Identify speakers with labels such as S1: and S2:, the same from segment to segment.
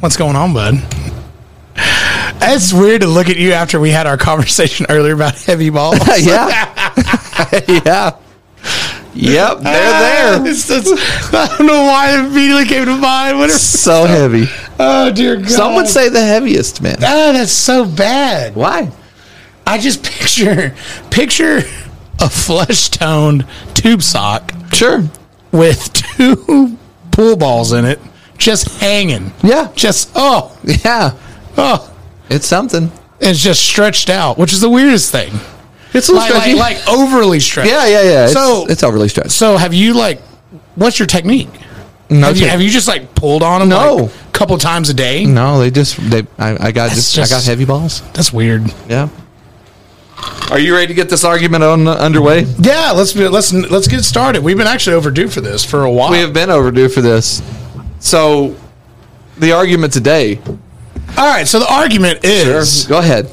S1: What's going on, bud? It's weird to look at you after we had our conversation earlier about heavy balls.
S2: yeah. Ah, yeah. Yep, they're there.
S1: It's- it's- I don't know why it immediately came to mind. Whatever.
S2: So heavy.
S1: Oh dear God!
S2: Some would say the heaviest, man.
S1: "Oh, that's so bad."
S2: Why?
S1: I just picture picture a flesh toned tube sock
S2: Sure.
S1: with two pool balls in it, just hanging.
S2: Yeah.
S1: Just oh
S2: Yeah.
S1: oh,
S2: It's something.
S1: it's just stretched out, which is the weirdest thing.
S2: It's
S1: Like like, like overly stretched.
S2: yeah, yeah, yeah. It's,
S1: So-
S2: it's overly stretched.
S1: So have you like? What's your technique?
S2: No,
S1: Have you,
S2: tech-
S1: have you just like pulled on them?
S2: No.
S1: a couple times a day.
S2: no, they just they. I, I got
S1: That's
S2: just, I got
S1: just-
S2: heavy balls.
S1: That's weird.
S2: Yeah. Are you ready to get this argument on underway?
S1: Yeah, let's be, let's let's get started. We've been actually overdue for this for a while.
S2: We have been overdue for this. So, the argument today.
S1: All right, so the argument is
S2: Go ahead.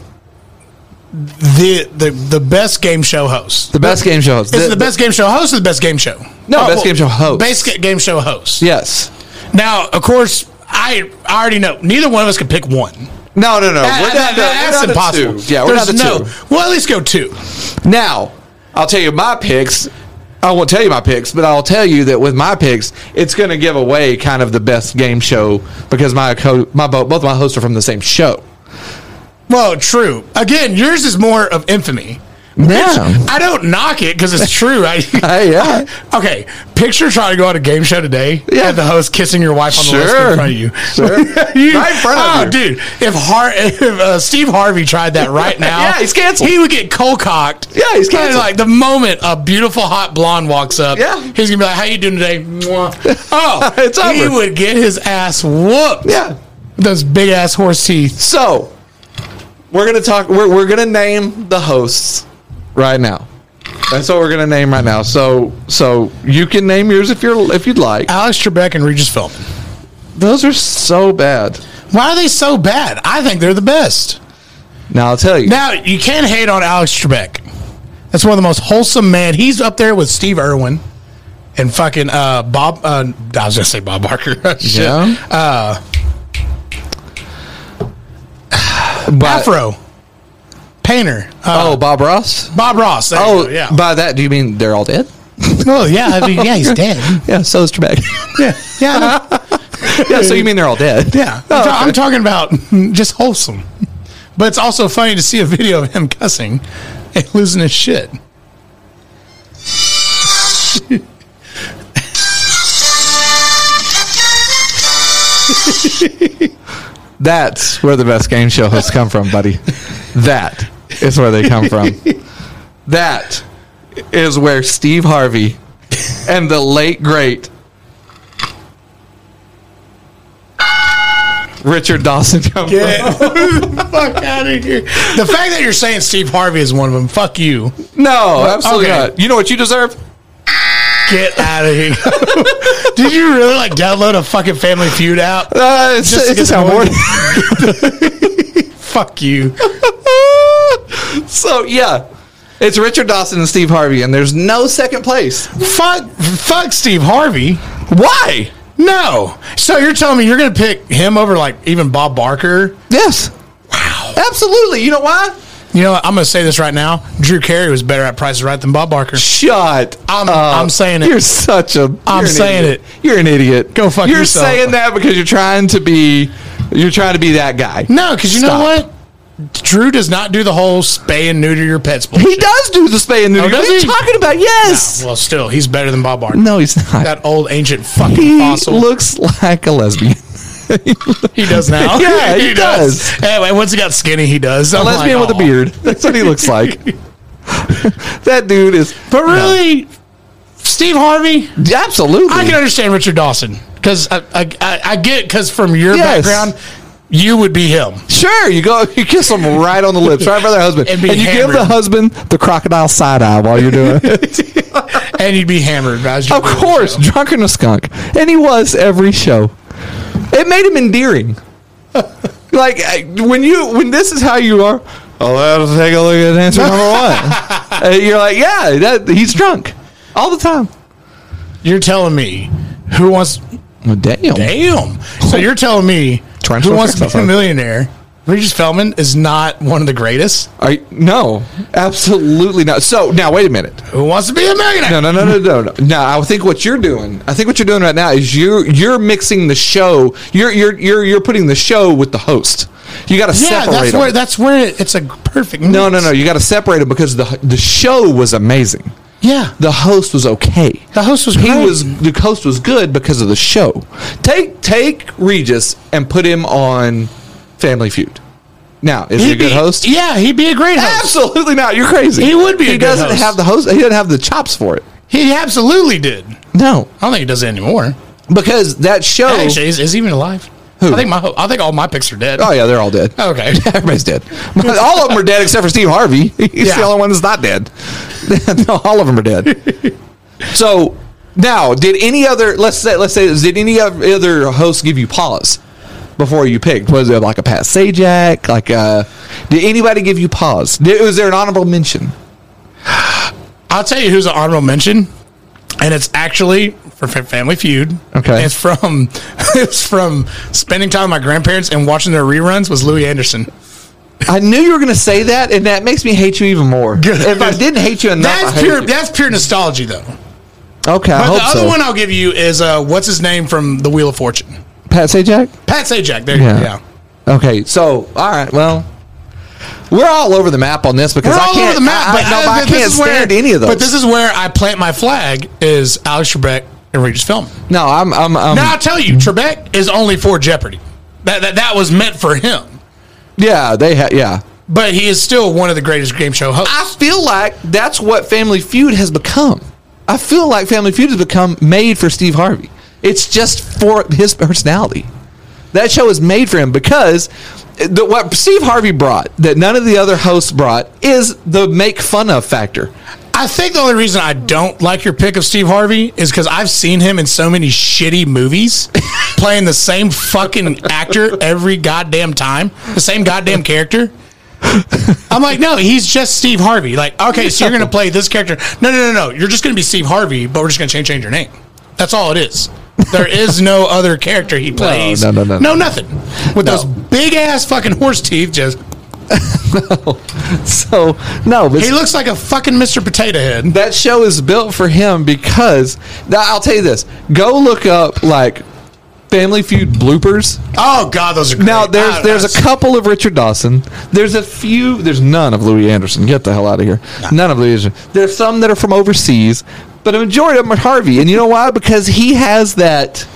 S1: the, the the best game show host.
S2: The best game show host.
S1: Is it the best game show host or the best game show? Uh,
S2: No, best game show host.
S1: Best ga- game show host.
S2: Yes.
S1: Now, of course, I I already know neither one of us can pick one.
S2: No, no, no.
S1: That- that- that's impossible.
S2: Two. Yeah, we're
S1: There's
S2: down to
S1: no. Well, at least go two.
S2: two. Now, I'll tell you my picks. I won't tell you my picks, but I'll tell you that with my picks, it's going to give away kind of the best game show because my co- my bo- both my hosts are from the same show.
S1: Well, true. Again, yours is more of infamy.
S2: Yeah.
S1: I don't knock it because it's true. I,
S2: Hey, yeah.
S1: okay, picture trying to go on a game show today
S2: Yeah.
S1: and the host kissing your wife on the lips
S2: Sure.
S1: in front of you.
S2: Sure.
S1: You-
S2: Right in front of
S1: oh,
S2: you.
S1: dude. If, Har- if uh, Steve Harvey tried that right now,
S2: Yeah, he's canceled.
S1: He would get cold cocked.
S2: Yeah, he's
S1: Kinda
S2: canceled.
S1: Like the moment a beautiful hot blonde walks up,
S2: Yeah.
S1: he's gonna be like, "How you doing today?" Mwah. Oh,
S2: It's
S1: He
S2: over.
S1: would get his ass whooped.
S2: Yeah.
S1: Those big ass horse teeth.
S2: So, we're going to talk we're we're going to name the hosts right now. That's what we're going to name right now. So, so you can name yours if you're if you'd like.
S1: Alex Trebek and Regis Philbin.
S2: Those are so bad.
S1: Why are they so bad? I think they're the best.
S2: Now, I'll tell you.
S1: Now you can't hate on Alex Trebek. That's one of the most wholesome man. He's up there with Steve Irwin and fucking uh, Bob. Uh, I was gonna say Bob Barker. Shit.
S2: Yeah. Uh, but,
S1: Afro painter. Uh,
S2: Oh, Bob Ross.
S1: Bob Ross. There you
S2: Oh,
S1: go, yeah.
S2: By that, do you mean they're all dead?
S1: oh yeah. I mean, yeah, he's dead.
S2: Yeah. So is Trebek.
S1: Yeah, yeah,
S2: yeah. So you mean they're all dead?
S1: yeah. I'm, ta- I'm talking about just wholesome, but it's also funny to see a video of him cussing and losing his shit.
S2: That's where the best game show hosts come from, buddy. That is where they come from. that is where Steve Harvey and the late great Richard Dawson come from.
S1: Fuck out of here. The fact that you're saying Steve Harvey is one of them. Fuck you.
S2: No, absolutely
S1: Okay.
S2: not. You know what you deserve?
S1: Get out of here. Did you really like download a fucking Family Feud out?
S2: Uh, it's
S1: Just to
S2: just,
S1: get
S2: it's just
S1: the
S2: how
S1: one-
S2: bored.
S1: Fuck you.
S2: so yeah, it's Richard Dawson and Steve Harvey, and there's no second place.
S1: Fuck, fuck Steve Harvey.
S2: Why?
S1: No. So you're telling me you're going to pick him over like even Bob Barker?
S2: Yes. Wow. Absolutely. You know why?
S1: You know what? I'm going to say this right now. Drew Carey was better at Price is Right than Bob Barker.
S2: Shut.
S1: I'm-
S2: up.
S1: I'm saying it.
S2: You're such a.
S1: I'm
S2: you're an
S1: saying
S2: idiot.
S1: it.
S2: You're an idiot.
S1: Go fuck
S2: You're
S1: yourself.
S2: saying that because you're trying to be. You're trying to be that guy.
S1: No, because you know
S2: Stop.
S1: what? Drew does not do the whole spay and neuter your pets bullshit.
S2: He does do the spay and neuter.
S1: Oh, does
S2: what are you
S1: he?
S2: talking about? Yes.
S1: Well, still, he's better than Bob Barker.
S2: No, he's not.
S1: That old ancient fucking
S2: he
S1: fossil.
S2: looks like a lesbian.
S1: He does now.
S2: Yeah, he
S1: Anyway, once he got skinny, he does. I'm like,
S2: lesbian with
S1: "Aw."
S2: a beard. That's what he looks like. that dude is.
S1: But really, Steve Harvey,
S2: Absolutely.
S1: I can understand Richard Dawson because I, I, I, I get because from your
S2: Yes.
S1: background, you would be him.
S2: Sure, you go, you kiss them right on the lips, right by their husband,
S1: And
S2: and,
S1: be
S2: you give
S1: hammered.
S2: the husband the crocodile side eye while you're doing it.
S1: And you'd be hammered. Guys.
S2: of course, drunk and a skunk, and he was every show. It made him endearing. like I- when you when this is how you are. Oh, let's take a look at answer number one. And you're like, yeah, that, he's drunk all the time.
S1: You're telling me who wants.
S2: Well, damn.
S1: Damn. So you're telling me
S2: trying to
S1: Who
S2: show
S1: wants to
S2: fix
S1: be a
S2: myself.
S1: millionaire? Regis Philbin is not one of the greatest.
S2: Are you- no, absolutely not. So now, wait a minute.
S1: Who wants to be a millionaire?
S2: No, no, no, no, no, no. No, I think what you're doing. I think what you're doing right now is you you're mixing the show. You're you're you're you're putting the show with the host. You got to
S1: yeah,
S2: separate
S1: that's
S2: them.
S1: where that's where it, it's a perfect.
S2: no, no,
S1: mix.
S2: no. You got to separate them because the the show was amazing.
S1: Yeah, the,
S2: The host was okay.
S1: host was
S2: he
S1: great.
S2: was the host was good because of the show. Take take Regis and put him on Family Feud. Now is he a
S1: He'd
S2: good
S1: be-
S2: host?
S1: Yeah, he'd be a great host.
S2: Absolutely not. You're crazy.
S1: He would be a
S2: He
S1: good
S2: doesn't
S1: host.
S2: have the host. He doesn't have the chops for it.
S1: He absolutely did. I
S2: No,
S1: don't think he does it anymore.
S2: because that show.
S1: Actually, is, is he even alive? I think my ho- I think all my picks are dead.
S2: Oh yeah, they're all dead.
S1: Okay.
S2: Everybody's dead. All of them are dead except for Steve Harvey. He's
S1: Yeah.
S2: the only one that's not dead. no, all of them are dead. so now, did any other let's say let's say did any oth- other host give you pause before you picked? Was it like a Pat Sajak? Like uh did anybody give you pause? Did, was there an honorable mention?
S1: I'll tell you who's an honorable mention, and it's actually from Fa- Family Feud.
S2: Okay.
S1: it's from it's from spending time with my grandparents and watching their reruns was Louis Anderson.
S2: I knew you were going to say that, and that makes me hate you even more. If I didn't hate you enough, I
S1: That's
S2: hate
S1: pure
S2: you.
S1: that's pure nostalgia though.
S2: okay. I
S1: But
S2: hope
S1: the other
S2: so.
S1: one I'll give you is uh, what's his name from The Wheel of Fortune?
S2: Pat Sajak.
S1: Pat Sajak. There you
S2: Yeah.
S1: go. Yeah.
S2: Okay, so all right, well, we're all over the map on this because
S1: We're
S2: I
S1: all
S2: can't.
S1: over the map,
S2: I,
S1: but
S2: I, no, but I
S1: uh, this
S2: can't
S1: is where-
S2: stand any of those.
S1: But this is where I plant my flag is Alex Trebek and Regis Philbin.
S2: no, I'm, I'm, I'm
S1: Now I'll tell you,
S2: Mm-hmm.
S1: Trebek is only for Jeopardy. That that, that was meant for him.
S2: yeah, they, ha- yeah.
S1: But he is still one of the greatest game show hosts.
S2: I feel like that's what Family Feud has become. I feel like Family Feud has become made for Steve Harvey. It's just for his personality. That show is made for him because the, what Steve Harvey brought that none of the other hosts brought is the make fun of factor.
S1: I think the only reason I don't like your pick of Steve Harvey is because I've seen him in so many shitty movies, playing the same fucking actor every goddamn time, the same goddamn character. I'm like, no, he's just Steve Harvey. Like, okay, so you're gonna play this character? No, no, no, no. You're just gonna be Steve Harvey, but we're just gonna change change your name. That's all it is. There is no other character he plays.
S2: no, no, no,
S1: no,
S2: no.
S1: nothing. With
S2: No.
S1: those big ass fucking horse teeth, just
S2: So no, but
S1: he looks like a fucking Mr. Potato Head.
S2: that show is built for him because now, I'll tell you this: go look up like Family Feud bloopers.
S1: Oh God, those are great.
S2: Now there's
S1: I-
S2: there's
S1: I-
S2: a couple of Richard Dawson. There's a few. There's none of Louis Anderson. Get the hell out of here. None of Louis Anderson. There's some that are from overseas, but a majority of them are Harvey. And you know why? Because he has that.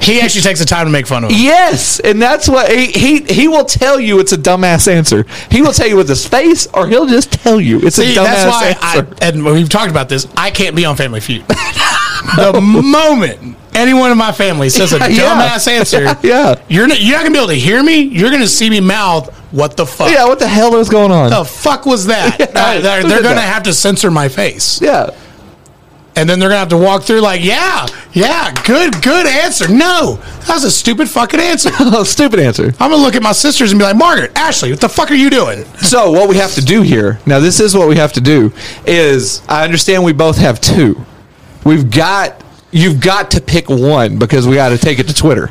S1: He actually takes the time to make fun of him.
S2: Yes, and that's what he, he he will tell you. It's a dumbass answer. He will tell you with his face, or he'll just tell you it's a
S1: See,
S2: dumbass
S1: that's why, I,
S2: answer.
S1: and we've talked about this, I can't be on Family Feud. The moment anyone in my family says a
S2: Yeah, yeah.
S1: dumbass answer,
S2: Yeah.
S1: you're not, you're not gonna be able to hear me. You're gonna see me mouth, "What the fuck?
S2: yeah, what the hell is going on?
S1: the fuck was that?" Uh, they're
S2: who
S1: they're
S2: did
S1: gonna
S2: that?
S1: have to censor my face,
S2: Yeah.
S1: and then they're gonna have to walk through like, "Yeah, yeah, good, good answer." No, that was a stupid fucking answer.
S2: Oh, stupid answer.
S1: I'm gonna look at my sisters and be like, "Margaret, Ashley, what the fuck are you doing?"
S2: So what we have to do here now, this is what we have to do is I understand we both have two. We've got you've got to pick one because we got to take it to Twitter.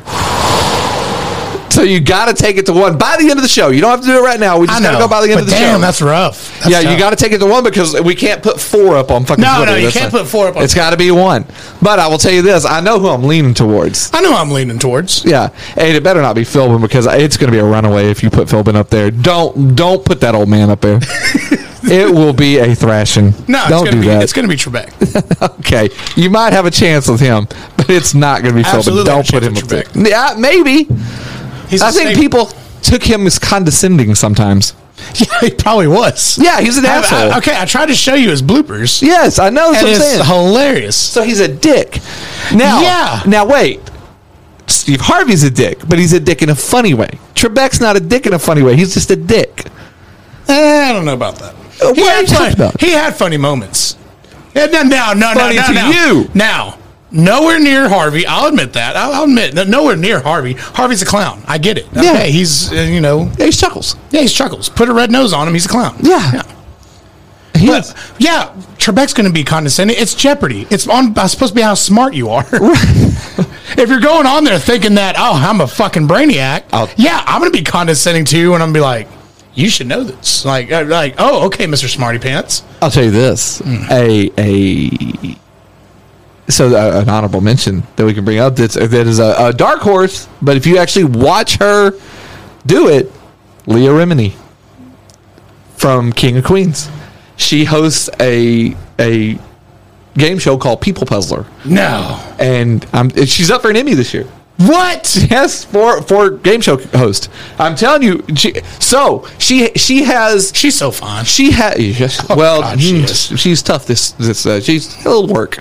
S2: So you got to take it to one by the end of the show. You don't have to do it right now. We
S1: I
S2: just got
S1: know,
S2: to go by the end
S1: but
S2: of the
S1: damn,
S2: show.
S1: that's rough. That's
S2: yeah,
S1: tough.
S2: you got to take it to one because we can't put four up on fucking.
S1: No,
S2: Twitter.
S1: no, you
S2: That's
S1: can't
S2: not-
S1: put four up on-
S2: It's got to be one. But I will tell you this: I know who I'm leaning towards.
S1: I know I'm leaning towards.
S2: Yeah, and it better not be Philbin because it's going to be a runaway if you put Philbin up there. Don't don't put that old man up there. it will be a thrashing.
S1: No, it's
S2: don't
S1: gonna
S2: do
S1: be
S2: that.
S1: it's gonna be Trebek.
S2: okay, you might have a chance with him, but it's not going to be Philbin.
S1: Absolutely
S2: Don't
S1: have a
S2: put him
S1: chance
S2: up there.
S1: with
S2: Yeah, maybe.
S1: He's
S2: I
S1: a
S2: think
S1: snake-
S2: people took him as condescending sometimes.
S1: Yeah, he probably was.
S2: Yeah, he's an
S1: I- I-
S2: asshole.
S1: okay, I tried to show you his bloopers.
S2: Yes, I know. That's
S1: and
S2: what I'm
S1: it's
S2: saying.
S1: hilarious.
S2: So he's a dick. Now,
S1: Yeah.
S2: Now wait, Steve Harvey's a dick, but he's a dick in a funny way. Trebek's not a dick in a funny way. He's just a dick.
S1: Eh, I don't know about that.
S2: Uh, what are you
S1: had
S2: talking
S1: funny,
S2: about?
S1: He had funny moments. Yeah, no, no, no,
S2: Funny
S1: no, no,
S2: to
S1: no.
S2: you.
S1: Now, nowhere near Harvey. I'll admit that. I'll, I'll admit that nowhere near Harvey. Harvey's a clown. I get it.
S2: Yeah.
S1: Okay, he's uh, you know
S2: Yeah, he's chuckles.
S1: yeah he's chuckles. Put a red nose on him. He's a clown.
S2: Yeah. Yes.
S1: But yeah, Trebek's going to be condescending. It's Jeopardy. It's on. It's supposed to be how smart you are. if you're going on there thinking that, oh, I'm a fucking brainiac.
S2: I'll-
S1: yeah, I'm going to be condescending to you, and I'm going to be like, you should know this. Like, uh, like, oh, okay, Mister Smarty Pants.
S2: I'll tell you this:
S1: Mm.
S2: a a so uh, an honorable mention that we can bring up that's that is a, a dark horse. But if you actually watch her do it, Leah Remini from King of Queens, she hosts a a game show called People Puzzler,
S1: No.
S2: and um, she's up for an Emmy this year.
S1: What?
S2: Yes, for for game show host. I'm telling you, she, so she she has
S1: She's so fun.
S2: she had yes, well,
S1: Oh, God, she
S2: mm,
S1: is.
S2: she's tough. This this uh, she's a little work.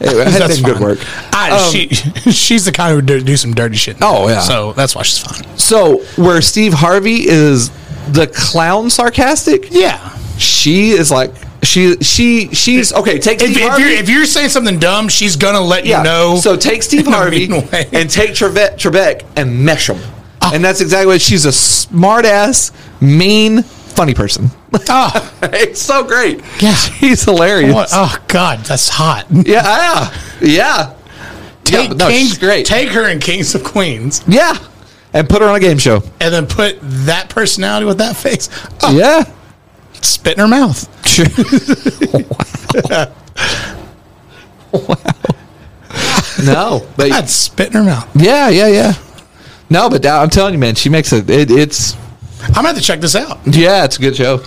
S2: Anyway, that's been good
S1: fine.
S2: work.
S1: I,
S2: Um,
S1: she, she's the kind who would do, do some dirty shit.
S2: Oh, yeah.
S1: So that's why she's fun.
S2: So where Steve Harvey is the clown sarcastic,
S1: Yeah.
S2: she is like she she she's okay. Take
S1: If,
S2: Steve
S1: if
S2: Harvey.
S1: you're if you're saying something dumb, she's gonna let
S2: yeah.
S1: you know.
S2: so take Steve
S1: in a
S2: Harvey
S1: mean Ah. way.
S2: and take Trebek, Trebek and mesh them, and that's exactly what she's a smart ass, mean, funny person.
S1: oh,
S2: it's so great.
S1: Yeah.
S2: she's hilarious.
S1: what- oh God, that's hot.
S2: Yeah, ah, yeah, yeah.
S1: Take
S2: Yeah, no,
S1: Kings,
S2: she's great.
S1: Take her in Kings of Queens,
S2: Yeah. And put her on a game show.
S1: and then put that personality with that face. Oh,
S2: Yeah.
S1: spit in her mouth.
S2: Sure. wow. wow. No, but
S1: I'd spit in her mouth.
S2: yeah, yeah, yeah. No, but I'm telling you, man, she makes a, it. It's
S1: I'm gonna have to check this out.
S2: yeah, it's a good show.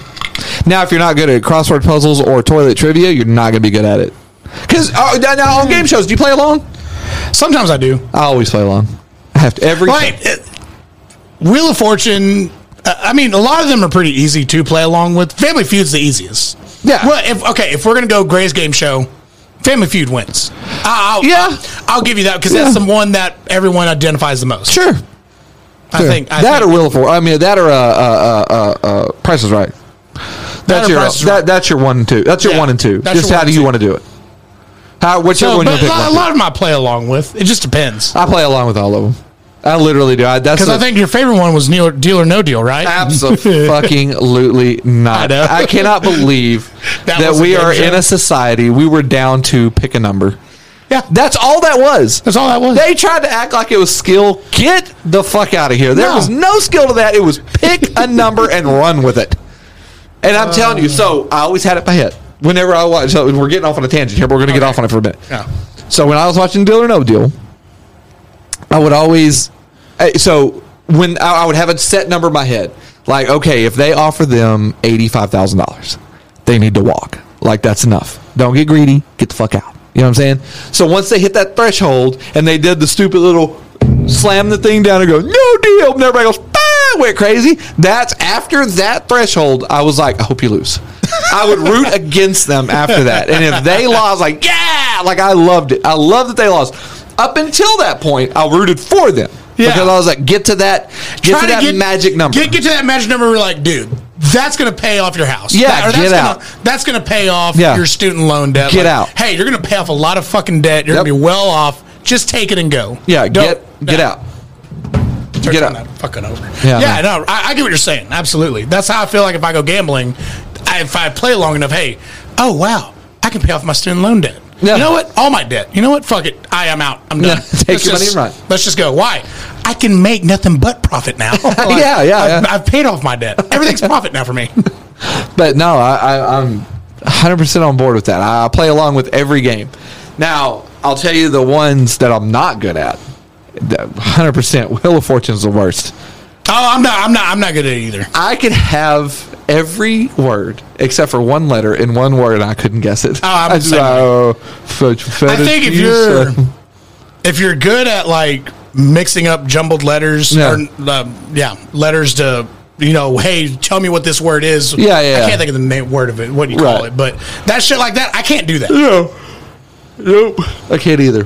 S2: Now, if you're not good at crossword puzzles or toilet trivia, you're not gonna be good at it. Because oh, now, now on game shows, do you play along?
S1: Sometimes I do.
S2: I always play along. I have to every.
S1: Like it- Wheel of Fortune. uh, I mean, a lot of them are pretty easy to play along with. Family Feud's the easiest.
S2: Yeah.
S1: Well, if okay, if we're gonna go Gray's game show, Family Feud wins. I- I'll,
S2: Yeah.
S1: I'll give you that because
S2: Yeah.
S1: that's the one that everyone identifies the most.
S2: Sure.
S1: I think I
S2: that
S1: think-
S2: or Will for I mean that or uh uh uh, uh, uh Price is Right. That's
S1: or
S2: your
S1: Price is
S2: that,
S1: Right.
S2: that's your one and two. That's your
S1: Yeah,
S2: one and two.
S1: that's
S2: Just
S1: your
S2: how
S1: one
S2: do
S1: and
S2: you
S1: two.
S2: want to do it? How whichever
S1: so,
S2: one you
S1: but a
S2: pick?
S1: lot, a
S2: one
S1: lot of my play along with it just depends
S2: two. I play along with all of them. I literally do. I, that's
S1: because I
S2: a-
S1: think your favorite one was Neil, Deal or No Deal, right?
S2: Absolutely not.
S1: I know.
S2: I, cannot believe that,
S1: That was a
S2: we
S1: game
S2: are
S1: show.
S2: in a society. We were down to pick a number.
S1: yeah,
S2: That's all that was.
S1: that's all that was.
S2: They tried to act like it was skill. Get the fuck out of here. There
S1: No.
S2: was no skill to that. It was pick a number and run with it. And I'm telling you, so I always had it in my head. Whenever I watch, so we're getting off on a tangent here, but we're going to get off on it for a minute.
S1: Yeah.
S2: So when I was watching Deal or No Deal, I would always, eh, so when I I would have a set number in my head, like, okay, if they offer them $85,000, they need to walk. Like, that's enough. Don't get greedy. Get the fuck out. You know what I'm saying? So once they hit that threshold and they did the stupid little slam the thing down and go, no deal, and everybody goes, ah, went crazy. That's after that threshold, I was like, I hope you lose. I would root against them after that. And if they lost, like, yeah, like I loved it. I love that they lost. Up until that point, I rooted for them.
S1: Yeah.
S2: Because I was like, get to that, get
S1: Try
S2: to that magic number.
S1: Get, get to that magic number. We're like, dude, that's gonna pay off your house.
S2: Yeah,
S1: That- or that's
S2: get
S1: gonna,
S2: out.
S1: That's gonna pay off
S2: Yeah.
S1: your student loan debt.
S2: Get
S1: Like,
S2: out.
S1: Hey, you're gonna pay off a lot of fucking debt. You're
S2: Yep.
S1: gonna be well off. Just take it and go.
S2: yeah,
S1: Don't-
S2: get get
S1: no,
S2: out.
S1: turn
S2: get
S1: on
S2: out.
S1: that Fucking over.
S2: Yeah,
S1: Yeah, no, I, I get what you're saying. Absolutely. That's how I feel like if I go gambling, I, if I play long enough, hey, oh wow, I can pay off my student loan debt.
S2: Yeah.
S1: You know what? All my debt. You know what? Fuck it. I am out. I'm done.
S2: Yeah, take your money
S1: just,
S2: and run.
S1: Let's just go. Why? I can make nothing but profit now. Like,
S2: Yeah, yeah,
S1: I've,
S2: yeah.
S1: I've paid off my debt. Everything's profit now for me. Oh,
S2: But no, I, I, I'm 100% on board with that. I, I play along with every game. Now, I'll tell you the ones that I'm not good at. That 100% Wheel of Fortune's the worst.
S1: Oh, I'm not. I'm not. I'm not good at it either.
S2: I could have every word except for one letter in one word, and I couldn't guess it.
S1: I'm
S2: I
S1: the
S2: just,
S1: same way.
S2: oh, fudge-
S1: I think if
S2: fettuccine,
S1: you're
S2: uh,
S1: if you're good at like mixing up jumbled letters
S2: Yeah.
S1: or um, yeah letters to you know hey tell me what this word is
S2: Yeah, yeah,
S1: I
S2: yeah.
S1: can't think of the name word of it what do you call
S2: Right.
S1: it but that shit like that I can't do that
S2: No. Nope. I can't either.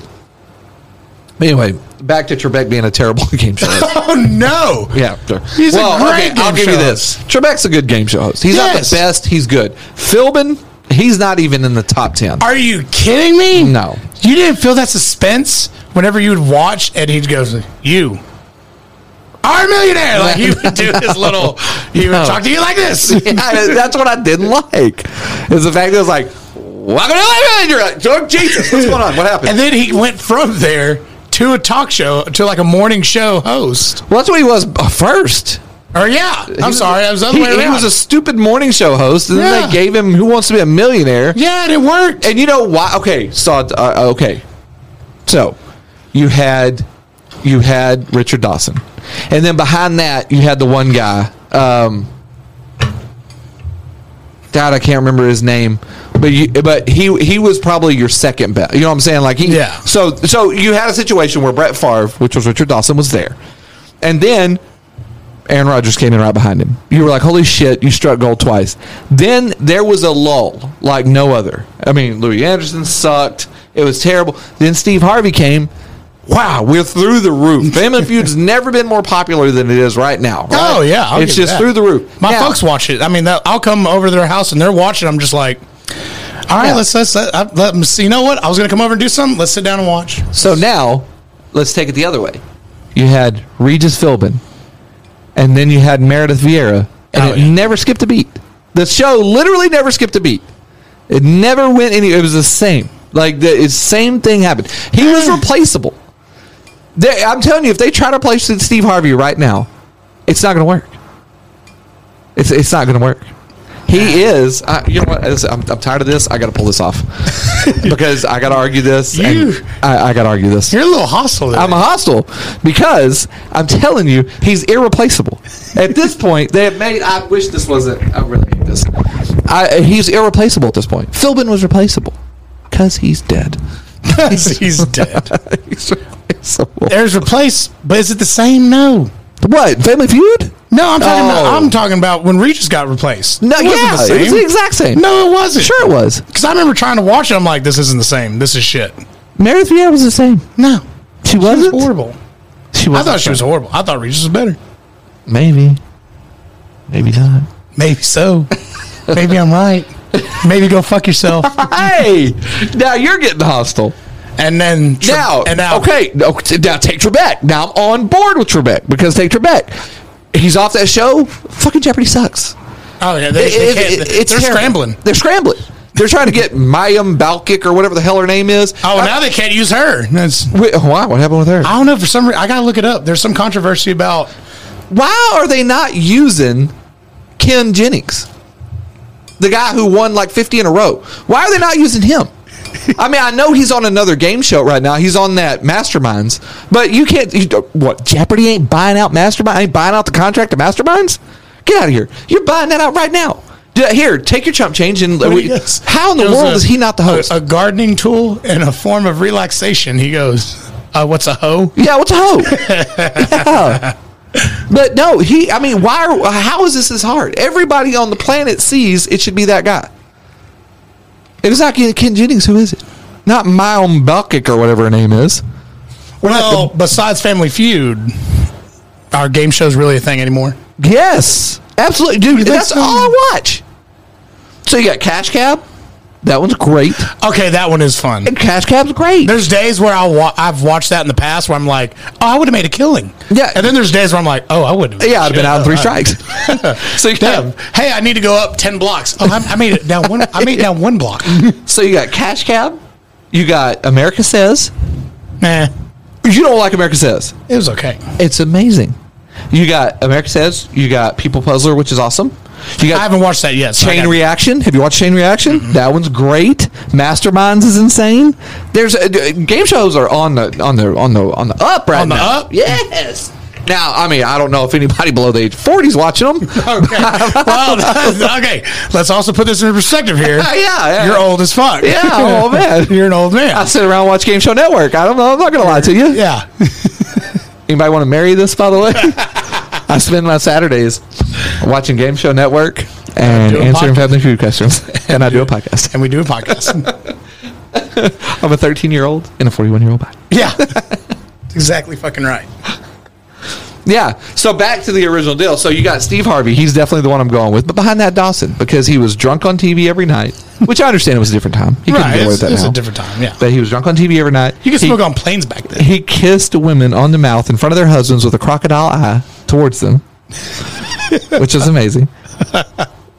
S2: Anyway, back to Trebek being a terrible game show. host.
S1: oh no
S2: yeah, sure.
S1: He's a great
S2: I'll
S1: game
S2: give you
S1: show
S2: this. Trebek's a good game show host. He's not
S1: Yes.
S2: the best. He's good. Philbin, he's not even in the top ten.
S1: are you kidding me
S2: No.
S1: you didn't feel that suspense whenever you would watch and he goes you are a millionaire like he would do his little You
S2: No.
S1: talk to you like this.
S2: I- that's what I didn't like. Is the fact that it was like, welcome to Atlanta. You're like, "Oh, Jesus, what's going on? What happened?
S1: And then he went from there to a talk show to like a morning show host.
S2: well, that's what he was uh, first.
S1: Or yeah, I'm
S2: He-
S1: sorry, I was the other
S2: he,
S1: way around.
S2: He was a stupid morning show host, and then
S1: Yeah.
S2: they gave him Who Wants to Be a Millionaire.
S1: yeah, and it worked.
S2: And you know why? Okay, so uh, okay, so you had you had Richard Dawson, and then behind that you had the one guy. Um, God, I can't remember his name, but you, but he he was probably your second best. You know what I'm saying? Like he,
S1: Yeah.
S2: So so you had a situation where Brett Favre, which was Richard Dawson, was there, and then Aaron Rodgers came in right behind him. You were like, "Holy shit, you struck gold twice." Then there was a lull like no other. I mean, Louis Anderson sucked. It was terrible. Then Steve Harvey came. Wow, we're through the roof. Family Feud's never been more popular than it is right now. right?
S1: Oh yeah, I'll
S2: it's
S1: give you
S2: just
S1: that.
S2: through the roof.
S1: My
S2: Now-
S1: folks watch it. I mean, that, I'll come over to their house and they're watching. I'm just like, all right,
S2: Yeah.
S1: let's let's let, I- let 'em see. You know what? I was gonna come over and do something. Let's sit down and watch.
S2: So now, let's take it the other way. You had Regis Philbin, and then you had Meredith Vieira, and
S1: Oh,
S2: it
S1: yeah.
S2: never skipped a beat. The show literally never skipped a beat. It never went any. It was the same. Like the it's same thing happened. He was replaceable. They, I'm telling you, if they try to replace Steve Harvey right now, it's not going to work. It's it's not going to work. He is. I, you know what? Listen, I'm, I'm tired of this. I got to pull this off because I got to argue this. and
S1: You-
S2: I, I got to argue this.
S1: You're a little hostile. Today.
S2: I'm a hostile because I'm telling you, he's irreplaceable. At this point, they have made. I wish this wasn't. I really hate this. I, he's irreplaceable at this point. Philbin was replaceable because he's dead.
S1: He's dead.
S2: he's replaceable.
S1: There's replace, but is it the same? No.
S2: What? Family Feud?
S1: No, I'm talking
S2: Oh.
S1: about I'm talking about when Regis got replaced.
S2: No,
S1: It wasn't
S2: yeah,
S1: the
S2: it was
S1: same.
S2: the exact same.
S1: No, it wasn't.
S2: sure it was.
S1: Because I remember trying to watch it. I'm like, this isn't the same. This is shit.
S2: Meredith Vieira was the same.
S1: No.
S2: She wasn't.
S1: Horrible.
S2: She
S1: I
S2: wasn't
S1: thought she was horrible. I thought Regis was better.
S2: Maybe. Maybe not.
S1: Maybe so. Maybe I'm right. Maybe go fuck yourself.
S2: Hey, now you're getting hostile.
S1: And then Tre-
S2: Now,
S1: and now
S2: okay, no, t- now take Trebek. Now I'm on board with Trebek because take Trebek. He's off that show. Fucking Jeopardy sucks.
S1: Oh yeah, they,
S2: It-
S1: they
S2: it-
S1: can't,
S2: it- it's
S1: they're
S2: terrible.
S1: scrambling.
S2: They're scrambling. They're trying to get Mayim Balkic or whatever the hell her name is.
S1: Oh, now they can't use her. That's,
S2: Wait, why? What happened with her?
S1: I don't know for some reason. I gotta look it up. There's some controversy about.
S2: why are they not using Ken Jennings, the guy who won like 50 in a row? Why are they not using him? I mean, I know he's on another game show right now. He's on that Masterminds, but you can't. You, don't- what Jeopardy ain't buying out Mastermind? Ain't buying out the contract to Masterminds? Get out of here! You're buying that out right now. D- Here, take your chump change and we, how in the
S1: It was
S2: world
S1: a-
S2: is he not the host?
S1: A, a gardening tool and a form of relaxation. He goes, uh, "What's a hoe?"
S2: Yeah, what's a hoe? yeah. But no, he. I mean, why? Are, how is this his hard? Everybody on the planet sees it should be that guy. If it's not Ken Ken Jennings, who is it? Not Myom Balkic or whatever her name is.
S1: Well, besides Family Feud, our game show's really a thing anymore.
S2: Yes, absolutely, dude.
S1: think
S2: That's
S1: so?
S2: all I watch. So you got Cash Cab. That one's great.
S1: Okay, that one is fun.
S2: And Cash Cab's great.
S1: There's days where I wa- I've watched that in the past where I'm like, oh, I would have made a killing.
S2: Yeah.
S1: And then there's days where I'm like, oh, I wouldn't. have.
S2: yeah, I'd have been out in three
S1: All right.
S2: strikes. so you
S1: Damn.
S2: got,
S1: Hey, I need to go up ten blocks. Oh, I, I made it down one. I made it down one block.
S2: so you got Cash Cab. You got America Says.
S1: nah,
S2: You don't like America Says.
S1: it was okay.
S2: It's amazing. You got America Says. You got People Puzzler, which is awesome. You
S1: I
S2: got
S1: haven't watched that yet. so I got-
S2: Chain
S1: Mm-hmm.
S2: Reaction. Have you watched Chain Reaction? That one's great. Masterminds is insane. There's uh, d- game shows are on the on the on the on the up right
S1: On the
S2: now.
S1: up?
S2: yes. Now, I mean, I don't know if anybody below the age of 40 is watching them.
S1: Okay. well, okay. Let's also put this into perspective here.
S2: Yeah, yeah.
S1: You're old as fuck.
S2: Yeah, I'm an old man.
S1: You're an old man.
S2: I sit around and watch Game Show Network. I don't know. I'm not going to lie to you.
S1: yeah.
S2: Anybody want to marry this, by the way? I spend my Saturdays watching Game Show Network and
S1: Do a
S2: answering
S1: podcast.
S2: family food questions. And I do a podcast.
S1: And we do a podcast.
S2: I'm a 13 year old and a 41 year old body.
S1: yeah. exactly fucking right.
S2: Yeah. So back to the original deal. So you got Steve Harvey. He's definitely the one I'm going with. But behind that, Dawson, because he was drunk on TV every night, which I understand it was a different time. He couldn't
S1: Right.
S2: get away
S1: It's,
S2: with that
S1: it's
S2: now.
S1: a different time. Yeah.
S2: But he was drunk on TV every night.
S1: You could
S2: he,
S1: smoke on planes back then.
S2: He kissed women on the mouth in front of their husbands with a crocodile eye towards them. which is amazing.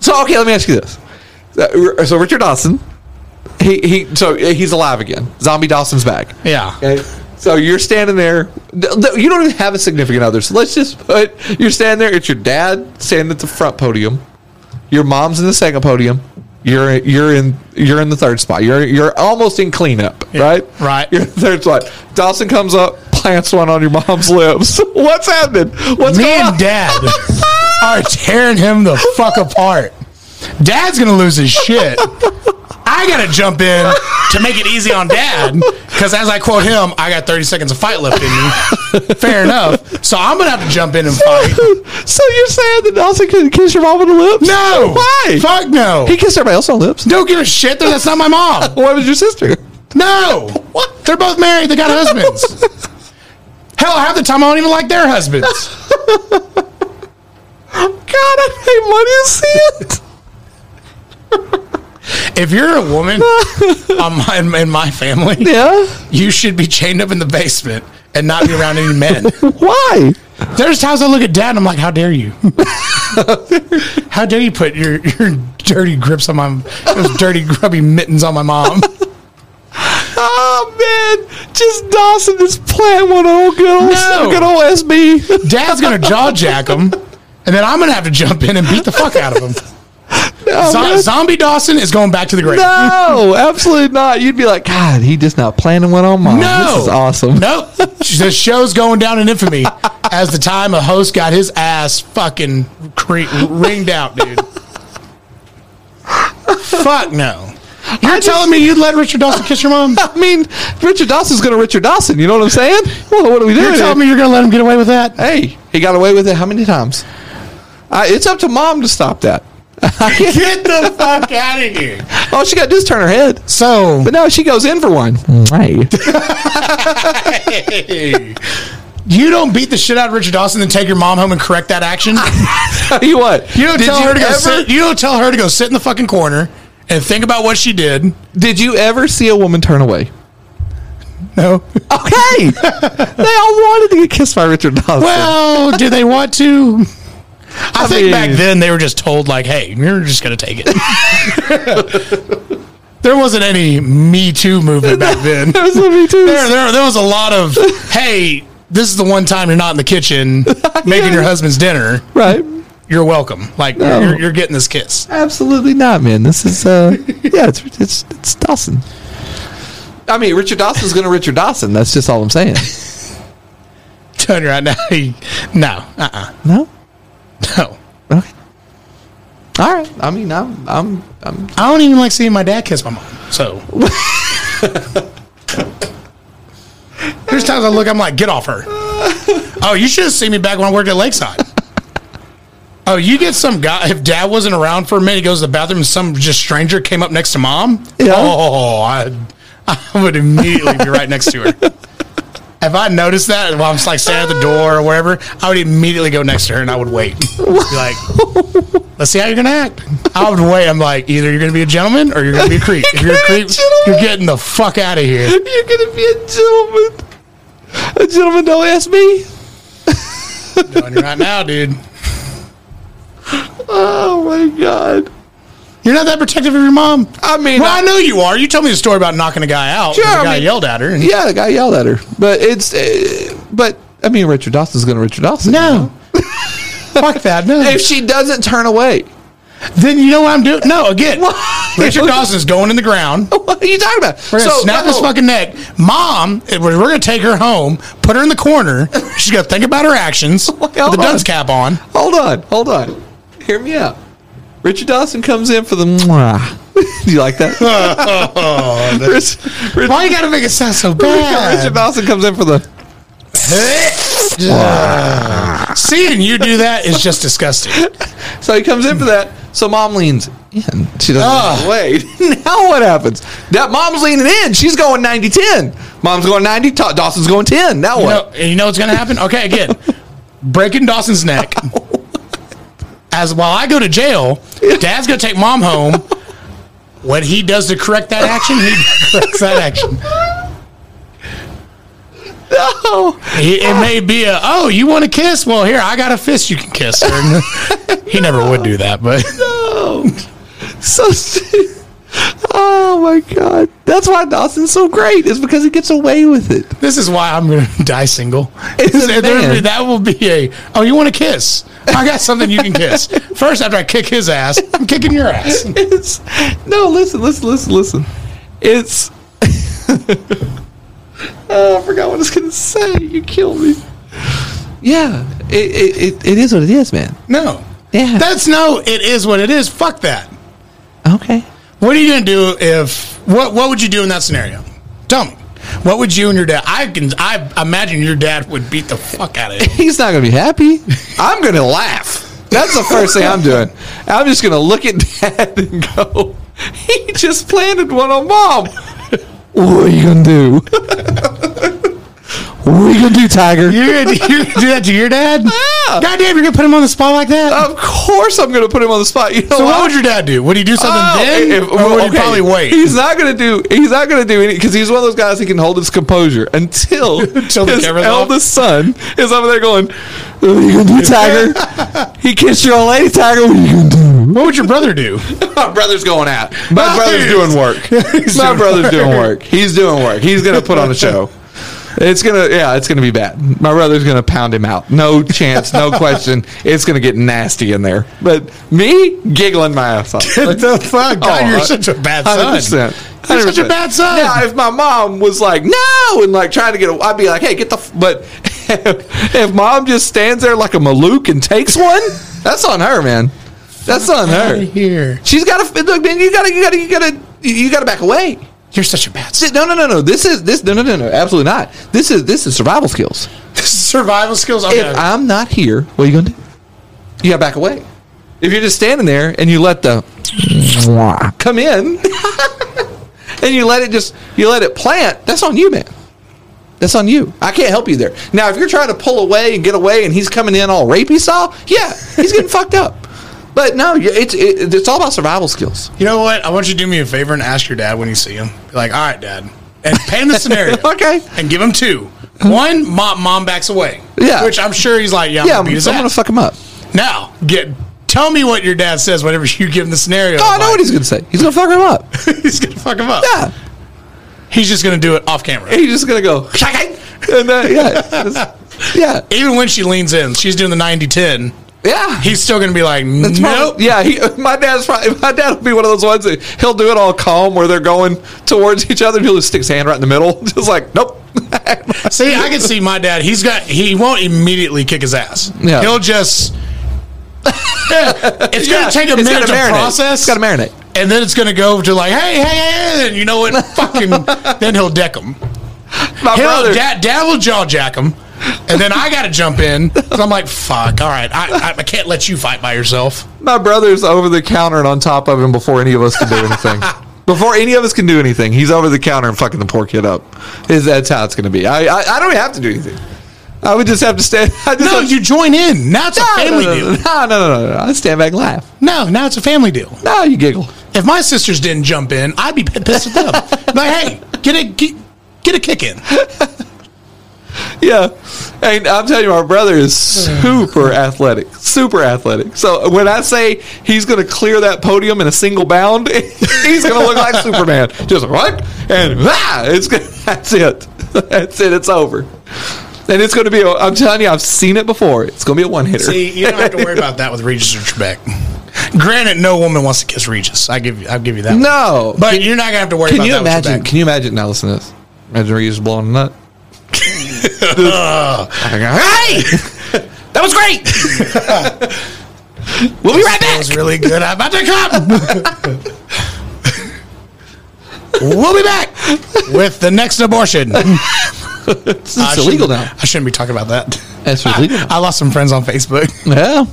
S2: So okay, let me ask you this: Uh, so Richard Dawson, he he, so uh, he's alive again. Zombie Dawson's back.
S1: Yeah.
S2: Okay. So you're standing there. th- th- You don't even have a significant other. So let's just put you're standing there. It's your dad standing at the front podium. Your mom's in the second podium. You're you're in you're in the third spot. You're you're almost in cleanup, right?
S1: right.
S2: You're in the third spot. Dawson comes up, plants one on your mom's lips. What's happening? What's
S1: Me
S2: going
S1: and
S2: on?
S1: dad are tearing him the fuck apart. Dad's gonna lose his shit. I gotta jump in to make it easy on dad because, as I quote him, I got 30 seconds of fight left in me. Fair enough. So I'm gonna have to jump in and fight.
S2: so you're saying that Dawson couldn't kiss your mom on the lips?
S1: No!
S2: Why?
S1: Fuck no.
S2: He kissed everybody else on the lips.
S1: Don't give a shit though. That's not my mom.
S2: Why was your sister?
S1: No. What? They're both married. They got husbands. Hell, half the time I don't even like their husbands.
S2: God, I hate money to see it.
S1: If you're a woman on my, in my family,
S2: yeah.
S1: you should be chained up in the basement and not be around any men.
S2: Why?
S1: There's times I look at dad and I'm like, how dare you? how dare you put your, your dirty grips on my, those dirty, grubby mittens on my mom?
S2: Oh man, just Dawson just playing one old good old,
S1: No.
S2: good old SB.
S1: Dad's going to jaw jack him, and then I'm going to have to jump in and beat the fuck out of him.
S2: No,
S1: Zo-
S2: man.
S1: Zombie Dawson is going back to the grave.
S2: no, absolutely not. You'd be like, God, he just not planning one on mine.
S1: No.
S2: Oh, this is awesome.
S1: Nope. the show's going down in infamy as the time a host got his ass fucking cre- ringed out, dude. Fuck no. You're telling me you'd let Richard Dawson kiss your mom?
S2: I mean, Richard Dawson's gonna Richard Dawson. You know what I'm saying? Well, what are we doing?
S1: You're
S2: here?
S1: telling me you're going to let him get away with that?
S2: hey, he got away with it how many times? Uh, it's up to mom to stop that.
S1: Get the fuck out of here.
S2: All she got to do is turn her head.
S1: So,
S2: But no, she goes in for one. Right.
S1: you don't beat the shit out of Richard Dawson and take your mom home and correct that action?
S2: Tell you what.
S1: You don't
S2: did
S1: tell
S2: you
S1: her to go
S2: ever,
S1: sit. You don't tell her to go sit in the fucking corner and think about what she did.
S2: Did you ever see a woman turn away?
S1: No.
S2: Okay. they all wanted to get kissed by Richard Dawson.
S1: Well, do they want to? I, think
S2: mean-
S1: back then they were just told like, "Hey, you're just gonna take it." there wasn't any Me Too movement back then.
S2: That was me too.
S1: There, there, there was a lot of, "Hey, this is the one time you're not in the kitchen making your husband's dinner.
S2: Right.
S1: You're welcome. Like,
S2: No.
S1: you're, you're getting this kiss."
S2: Absolutely not, man. This is uh yeah, it's it's it's Dawson. I mean, Richard Dawson's going to Richard Dawson. That's just all I'm saying.
S1: Telling you right now, he- no, uh,
S2: No.
S1: uh no.
S2: Okay. All right. I mean, I'm I'm I'm
S1: I don't even like seeing my dad kiss my mom. So. There's times I look, I'm like, get off her. Oh, you should have seen me back when I worked at Lakeside. Oh, you get some guy, if dad wasn't around for a minute, he goes to the bathroom and some just stranger came up next to mom.
S2: Yeah.
S1: Oh, I, I would immediately be right next to her. If I noticed that while I'm just like standing at the door or wherever, I would immediately go next to her and I would wait. Be like, let's see how you're gonna act. I would wait. I'm like, either you're gonna be a gentleman or you're gonna be a creep. If you're a creep, you're getting the fuck out of here.
S2: You're going to be a gentleman. A gentleman don't ask me.
S1: Telling you right now, dude.
S2: Oh my god.
S1: You're not that protective of your mom.
S2: I mean,
S1: Well, I
S2: I-
S1: know you are. You told me the story about knocking a guy out.
S2: Sure,
S1: Sure, the
S2: I
S1: guy
S2: mean-
S1: yelled at her. and-
S2: yeah, the guy yelled at her. But it's uh, but I mean, Richard Dawson's going to Richard Dawson.
S1: No. fuck that. No.
S2: If she doesn't turn away.
S1: then you know what I'm doing? No, again.
S2: What?
S1: Richard Dawson's going in the ground.
S2: What are you talking about?
S1: We're gonna snap
S2: no.
S1: his fucking neck. Mom, it- we're we're gonna take her home, put her in the corner. She's gonna think about her actions. Put the
S2: hold on.
S1: dunce cap on.
S2: Hold on, hold on. Hear me out. Richard Dawson comes in for the mwah. Do you like that? Rich- Rich-
S1: Why you gotta make it sound so bad?
S2: Richard Dawson comes in for the.
S1: Seeing you do that is just disgusting.
S2: So he comes in for that. So mom leans in. She doesn't
S1: Ugh.
S2: wait. now what happens? That mom's leaning in. She's going 90 10. Mom's going 90. Ta- Dawson's going 10. Now
S1: You
S2: what?
S1: know, and you know what's gonna happen? Okay, again, breaking Dawson's neck. As while I go to jail, Dad's gonna take Mom home. When he does to correct that action, he corrects that action.
S2: No.
S1: It, it may be a oh, you want to kiss? Well, here I got a fist you can kiss. Or- he never would do that, but
S2: No. So stupid. Oh my god. That's why Dawson's so great, is because he gets away with it.
S1: this is why I'm going to die single.
S2: It's a
S1: There-
S2: man.
S1: that will be a oh, you want to kiss? I got something you can kiss. First, after I kick his ass, I'm kicking your ass.
S2: It's no, listen, listen, listen, listen. It's oh, I forgot what I was gonna say. You killed me. Yeah, it, it, it, it is what it is, man.
S1: No,
S2: Yeah.
S1: that's no. It is what it is. Fuck that.
S2: Okay.
S1: What are you going to do if what what would you do in that scenario? Tell me. What would you and your dad? I can I imagine your dad would beat the fuck out of you.
S2: He's not gonna be happy. I'm gonna laugh. That's the first thing I'm doing. I'm just gonna look at dad and go, he just planted one on mom. What are you gonna do? what are you gonna do, Tiger?
S1: You're gonna, you're gonna do that to your dad?
S2: Yeah.
S1: God damn, you're gonna put him on the spot like that?
S2: Of course, I'm going to put him on the spot. You know
S1: so
S2: why?
S1: Oh, what would your dad do? Would he do something
S2: Oh,
S1: then,
S2: if-
S1: or would he
S2: okay.
S1: probably wait?
S2: He's not going to do. He's not going to do any because he's one of those guys he can hold his composure until,
S1: Until the
S2: his
S1: camera's off.
S2: eldest son is over there going, "What are you going to do, Tiger? he kissed your old lady, Tiger. What are you going to do?"
S1: what would your brother do?
S2: My brother's going out.
S1: Nice.
S2: My brother's doing work.
S1: He's
S2: My
S1: doing
S2: brother's
S1: work.
S2: doing work. He's doing work. He's going to put on a show. It's gonna, yeah, it's gonna be bad. My brother's gonna pound him out. No chance, no question. It's gonna get nasty in there. But me giggling my ass off.
S1: What the fuck? God,
S2: Oh,
S1: you're
S2: uh,
S1: such a bad son.
S2: 100%.
S1: You're such a
S2: 100%.
S1: bad son.
S2: Now, if my mom was like, no, and like trying to get, a, I'd be like, hey, get the, f-. but if mom just stands there like a Malouk and takes one, that's on her, man. That's on
S1: Outta
S2: her.
S1: here.
S2: She's got to, look, man, you got to, you got to, you got to, you got to back away.
S1: You're such a bad son.
S2: Shit, No, no, no, no. This is, this, no, no, no, no. Absolutely not. This is, this is survival skills.
S1: Survival skills. Okay.
S2: If I'm not here, what are you going to do? You got to back away. If you're just standing there and you let the come in and you let it just you let it plant, that's on you, man. That's on you. I can't help you there. Now, if you're trying to pull away and get away, and he's coming in all rapey style, yeah, he's getting fucked up. But no, you- it's it, it's all about survival skills.
S1: you know what? I want you to do me a favor and ask your dad when you see him. Be like, all right, dad, and paint the scenario.
S2: Okay.
S1: and give him two. One, mom, mom backs away.
S2: Yeah.
S1: which I'm sure he's like, yeah, I'm
S2: Yeah,
S1: gonna beat
S2: I'm,
S1: his
S2: so I'm gonna
S1: ass.
S2: fuck him up.
S1: Now, get tell me what your dad says whenever you give him the scenario.
S2: Oh, I know what he's gonna say. He's gonna fuck him up.
S1: he's he's gonna fuck him up.
S2: Yeah,
S1: He's just gonna do it off camera.
S2: he's just gonna go. And then, yeah, it's- yeah,
S1: Even when she leans in, she's doing the 90-10,
S2: yeah.
S1: He's still gonna be like,
S2: It's probably-
S1: nope.
S2: Yeah, he, my dad's probably, my dad will be one of those ones that he'll do it all calm where they're going towards each other and he'll just stick his hand right in the middle, just like nope.
S1: See, I can see my dad. He's got. He won't immediately kick his ass.
S2: Yeah.
S1: He'll just. it's gonna take a
S2: It's
S1: minute
S2: gotta
S1: to
S2: marinate.
S1: process,
S2: It's got to marinate.
S1: and then it's gonna go to like, hey, hey, hey, and you know what? Fucking. then he'll deck him.
S2: My
S1: He'll,
S2: brother,
S1: dad, dad will jaw jack him, and then I gotta jump in. 'cause I'm like, fuck. All right, I, I, I can't let you fight by yourself.
S2: my brother's over the counter and on top of him before any of us can do anything. before any of us can do anything, he's over the counter and fucking the poor kid up. Is that's how it's going to be? I, I I don't even have to do anything. I would just have to stand. I just
S1: No,
S2: have-
S1: you join in. Now it's a
S2: no,
S1: family
S2: no, no,
S1: deal.
S2: no, no, no, no, no. I stand back and laugh.
S1: No, now it's a family deal.
S2: No, you giggle.
S1: If my sisters didn't jump in, I'd be p- pissed at them. like, hey, get a get, get a kick in.
S2: Yeah. And I'm telling you, our brother is super athletic. Super athletic. So when I say he's going to clear that podium in a single bound, he's going to look like Superman. Just what? And ah, it's gonna, that's it. That's it. It's over. And it's going to be, a, I'm telling you, I've seen it before. It's going to be a one hitter.
S1: See, you don't have to worry about that with Regis or Trebek. Granted, no woman wants to kiss Regis. I give you, I'll give you that.
S2: No.
S1: one. but you're not gonna have to worry
S2: Can
S1: about
S2: you
S1: that. with
S2: imagine?
S1: Trebek.
S2: Can you imagine? Now listen to this. Imagine he's blowing a nut.
S1: Hey, that was great. we'll be right back. That was really good. I'm about to come. we'll be back with the next abortion. It's
S2: It's illegal now.
S1: I shouldn't be talking about that.
S2: That's illegal. now.
S1: I lost some friends on Facebook.
S2: yeah.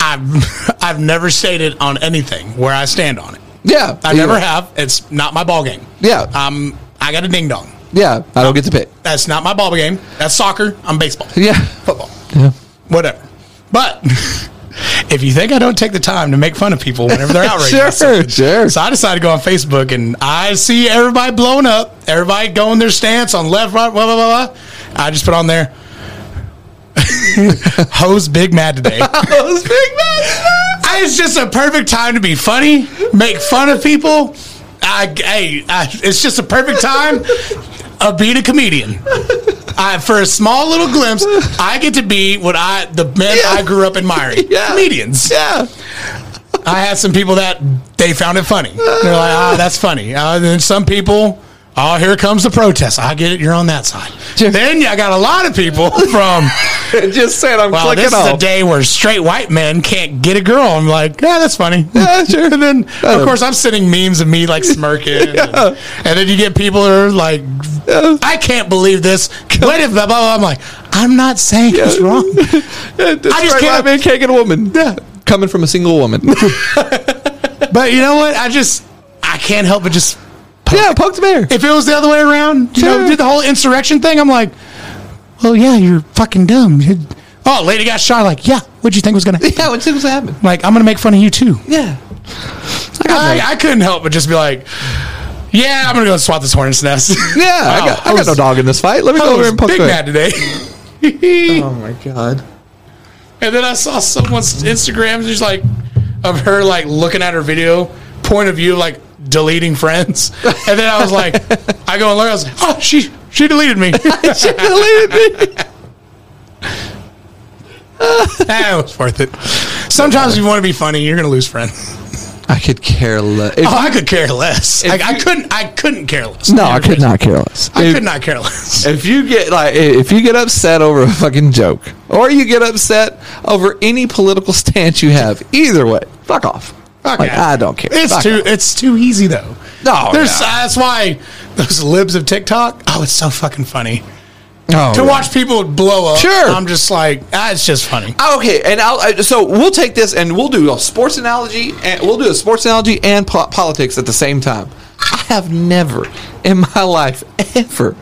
S1: I've I've never stated on anything where I stand on it.
S2: Yeah.
S1: I never have. It's not my ball game.
S2: Yeah.
S1: Um, I got a ding dong.
S2: Yeah. I don't get to pick.
S1: That's not my ball game. That's soccer. I'm baseball,
S2: Yeah.
S1: football,
S2: Yeah.
S1: whatever. But if you think I don't take the time to make fun of people whenever they're outraged, by something.
S2: sure, sure.
S1: So I decided to go on Facebook and I see everybody blowing up, everybody going their stance on left, right, blah, blah, blah, blah. I just put on there, Ho's Big Mad today.
S2: Those big men.
S1: I- it's just a perfect time to be funny, make fun of people. I, hey, I, it's just a perfect time of being a comedian. I, for a small little glimpse, I get to be what I the men
S2: Yeah.
S1: I grew up admiring,
S2: Yeah.
S1: comedians.
S2: Yeah.
S1: I had some people that they found it funny. They're like, ah, that's funny. Uh, and then some people, oh, here comes the protest. I get it. You're on that side.
S2: Sure.
S1: Then I got a lot of people from.
S2: Just said I'm
S1: Well,
S2: clicking
S1: this is
S2: off.
S1: a day where straight white men can't get a girl. I'm like, yeah, that's funny.
S2: Yeah, sure.
S1: and then, um,
S2: Uh,
S1: of course, I'm sending memes of me like smirking, and, and then you get people that are like, I can't believe this. What if blah blah? blah. I'm like, I'm not saying it's wrong.
S2: I
S1: can't-
S2: just can't man kicking a woman. Yeah. Coming from a single woman.
S1: But you know what? I just I can't help but just.
S2: yeah, poke the bear.
S1: If it was the other way around, you know,
S2: Sure.
S1: did the whole insurrection thing, I'm like, well, yeah, you're fucking dumb. Oh, lady got shot. Like, yeah, what'd you think was gonna?
S2: Yeah, what's going to happen?
S1: Like, I'm gonna make fun of you too.
S2: Yeah.
S1: I, I couldn't help but just be like, yeah, I'm gonna go swat this hornet's nest.
S2: Yeah, I
S1: Wow,
S2: got, I
S1: I
S2: got
S1: was-
S2: no dog in this fight. Let me
S1: I
S2: go over
S1: was
S2: and poke the
S1: big
S2: bear.
S1: mad today.
S2: Oh my god.
S1: and then I saw someone's Instagram, just like of her like looking at her video point of view, like deleting friends. And then I was like, I go and look, I was like, oh, she she deleted me.
S2: she deleted me.
S1: that was worth it. Sometimes you want to be funny, you're gonna lose friends.
S2: I could care less.
S1: Oh, I could care less. Like, I couldn't. I couldn't care less.
S2: no, I could not care less.
S1: I
S2: If-
S1: could not care less.
S2: If you get like, i- if you get upset over a fucking joke, or you get upset over any political stance you have, either way, fuck off.
S1: Fuck
S2: Like,
S1: it.
S2: I don't care.
S1: It's
S2: Fuck
S1: too it's too easy though.
S2: No,
S1: There's
S2: no.
S1: that's why those libs of TikTok. Oh, it's so fucking funny
S2: off.
S1: to watch people blow up.
S2: Sure.
S1: I'm just like, ah, it's just funny.
S2: Oh, Okay, and I'll, I- so we'll take this and we'll do a sports analogy, and we'll do a sports analogy and po- politics at the same time. I have never in my life ever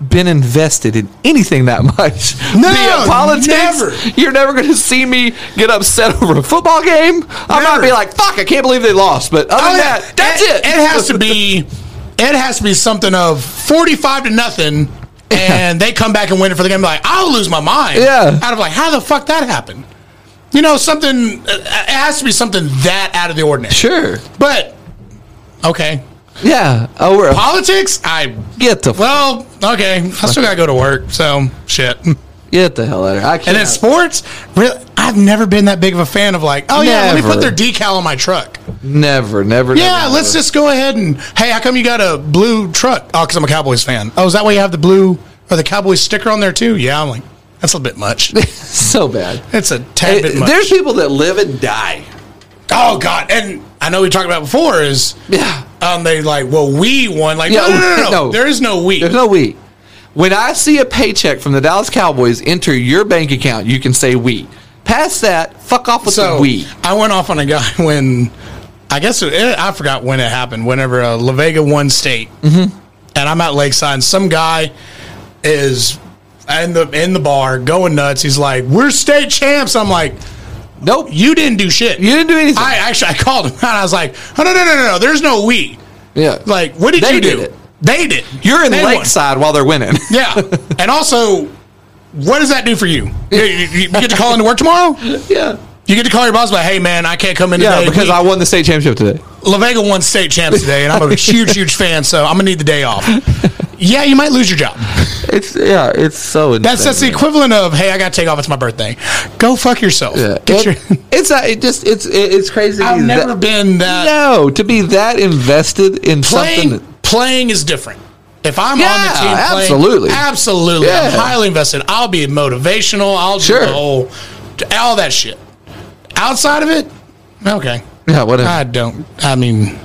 S2: been invested in anything that much.
S1: No,
S2: Be it politics.
S1: never.
S2: You're never going to see me get upset over a football game. I might
S1: Never.
S2: be like, "Fuck, I can't believe they lost," but other
S1: Oh,
S2: than
S1: yeah.
S2: that, that's
S1: it.
S2: it.
S1: It has to be. It has to be something of 45 to nothing, and they come back and win it for the game. I'm like, I'll lose my mind.
S2: Yeah.
S1: Out of like, how the fuck that happened? You know, something. uh, It has to be something that out of the ordinary.
S2: sure.
S1: But okay,
S2: Yeah. Oh, we're
S1: politics. I
S2: get the
S1: Well, okay. I still gotta go to work, so shit. And
S2: get the hell out of here. I can't.
S1: then sports, really, I've never been that big of a fan of like, oh yeah, let me
S2: Never.
S1: put their decal on my truck.
S2: never, never.
S1: Yeah,
S2: never,
S1: let's
S2: never.
S1: just go ahead and hey, how come you got a blue truck? Oh, because I'm a Cowboys fan. Oh, is that why you have the blue or the Cowboys sticker on there too? Yeah, I'm like, that's a little bit much.
S2: so bad.
S1: It's a tad
S2: It-
S1: bit much.
S2: Eh, There's people that live and die.
S1: oh god, and I know we talked about before is
S2: Yeah.
S1: um they like, well, we won. Like,
S2: Yeah,
S1: no, no, no, no, no,
S2: no.
S1: There is no we.
S2: There's no we. When I see a paycheck from the Dallas Cowboys enter your bank account, you can say we. Past that, fuck off with
S1: So
S2: the we.
S1: I went off on a guy when I guess it, eh, I forgot when it happened. Whenever uh, La Vega won state,
S2: Mm-hmm.
S1: and I'm at Lakeside, and some guy is in the in the bar going nuts. He's like, "We're state champs." I'm like,
S2: Nope. You,
S1: "You didn't do shit.
S2: you didn't do anything.
S1: I actually I called him out. I was like, "Oh no no no no no! There's no we.
S2: yeah.
S1: Like, what did
S2: They
S1: you
S2: did
S1: do?
S2: it.
S1: They did.
S2: You're in
S1: They won.
S2: Lakeside while they're winning.
S1: Yeah, and also, what does that do for you? You, you- you get to call into work tomorrow.
S2: yeah.
S1: You get to call your boss like, "Hey man, I can't come in
S2: Yeah,
S1: today
S2: because
S1: We-
S2: I won the state championship today.
S1: LaVega won state champs today, and I'm a huge, huge fan, so I'm gonna need the day off. Yeah, you might lose your job.
S2: It's yeah, it's so insane.
S1: That's that's the equivalent of hey, I gotta take off. It's my birthday. Go fuck yourself.
S2: Yeah.
S1: Get
S2: It-
S1: your.
S2: it's not, it just it's it, it's crazy.
S1: I've
S2: that-
S1: never been that
S2: no to be that invested in
S1: playing.
S2: something.
S1: Playing is different. If I'm on the
S2: Yeah,
S1: team, playing,
S2: absolutely.
S1: absolutely,
S2: Yeah.
S1: I'm highly invested. I'll be motivational. I'll do
S2: Sure.
S1: the whole, all that shit. Outside of it, okay.
S2: That, yeah, whatever.
S1: I don't. I mean,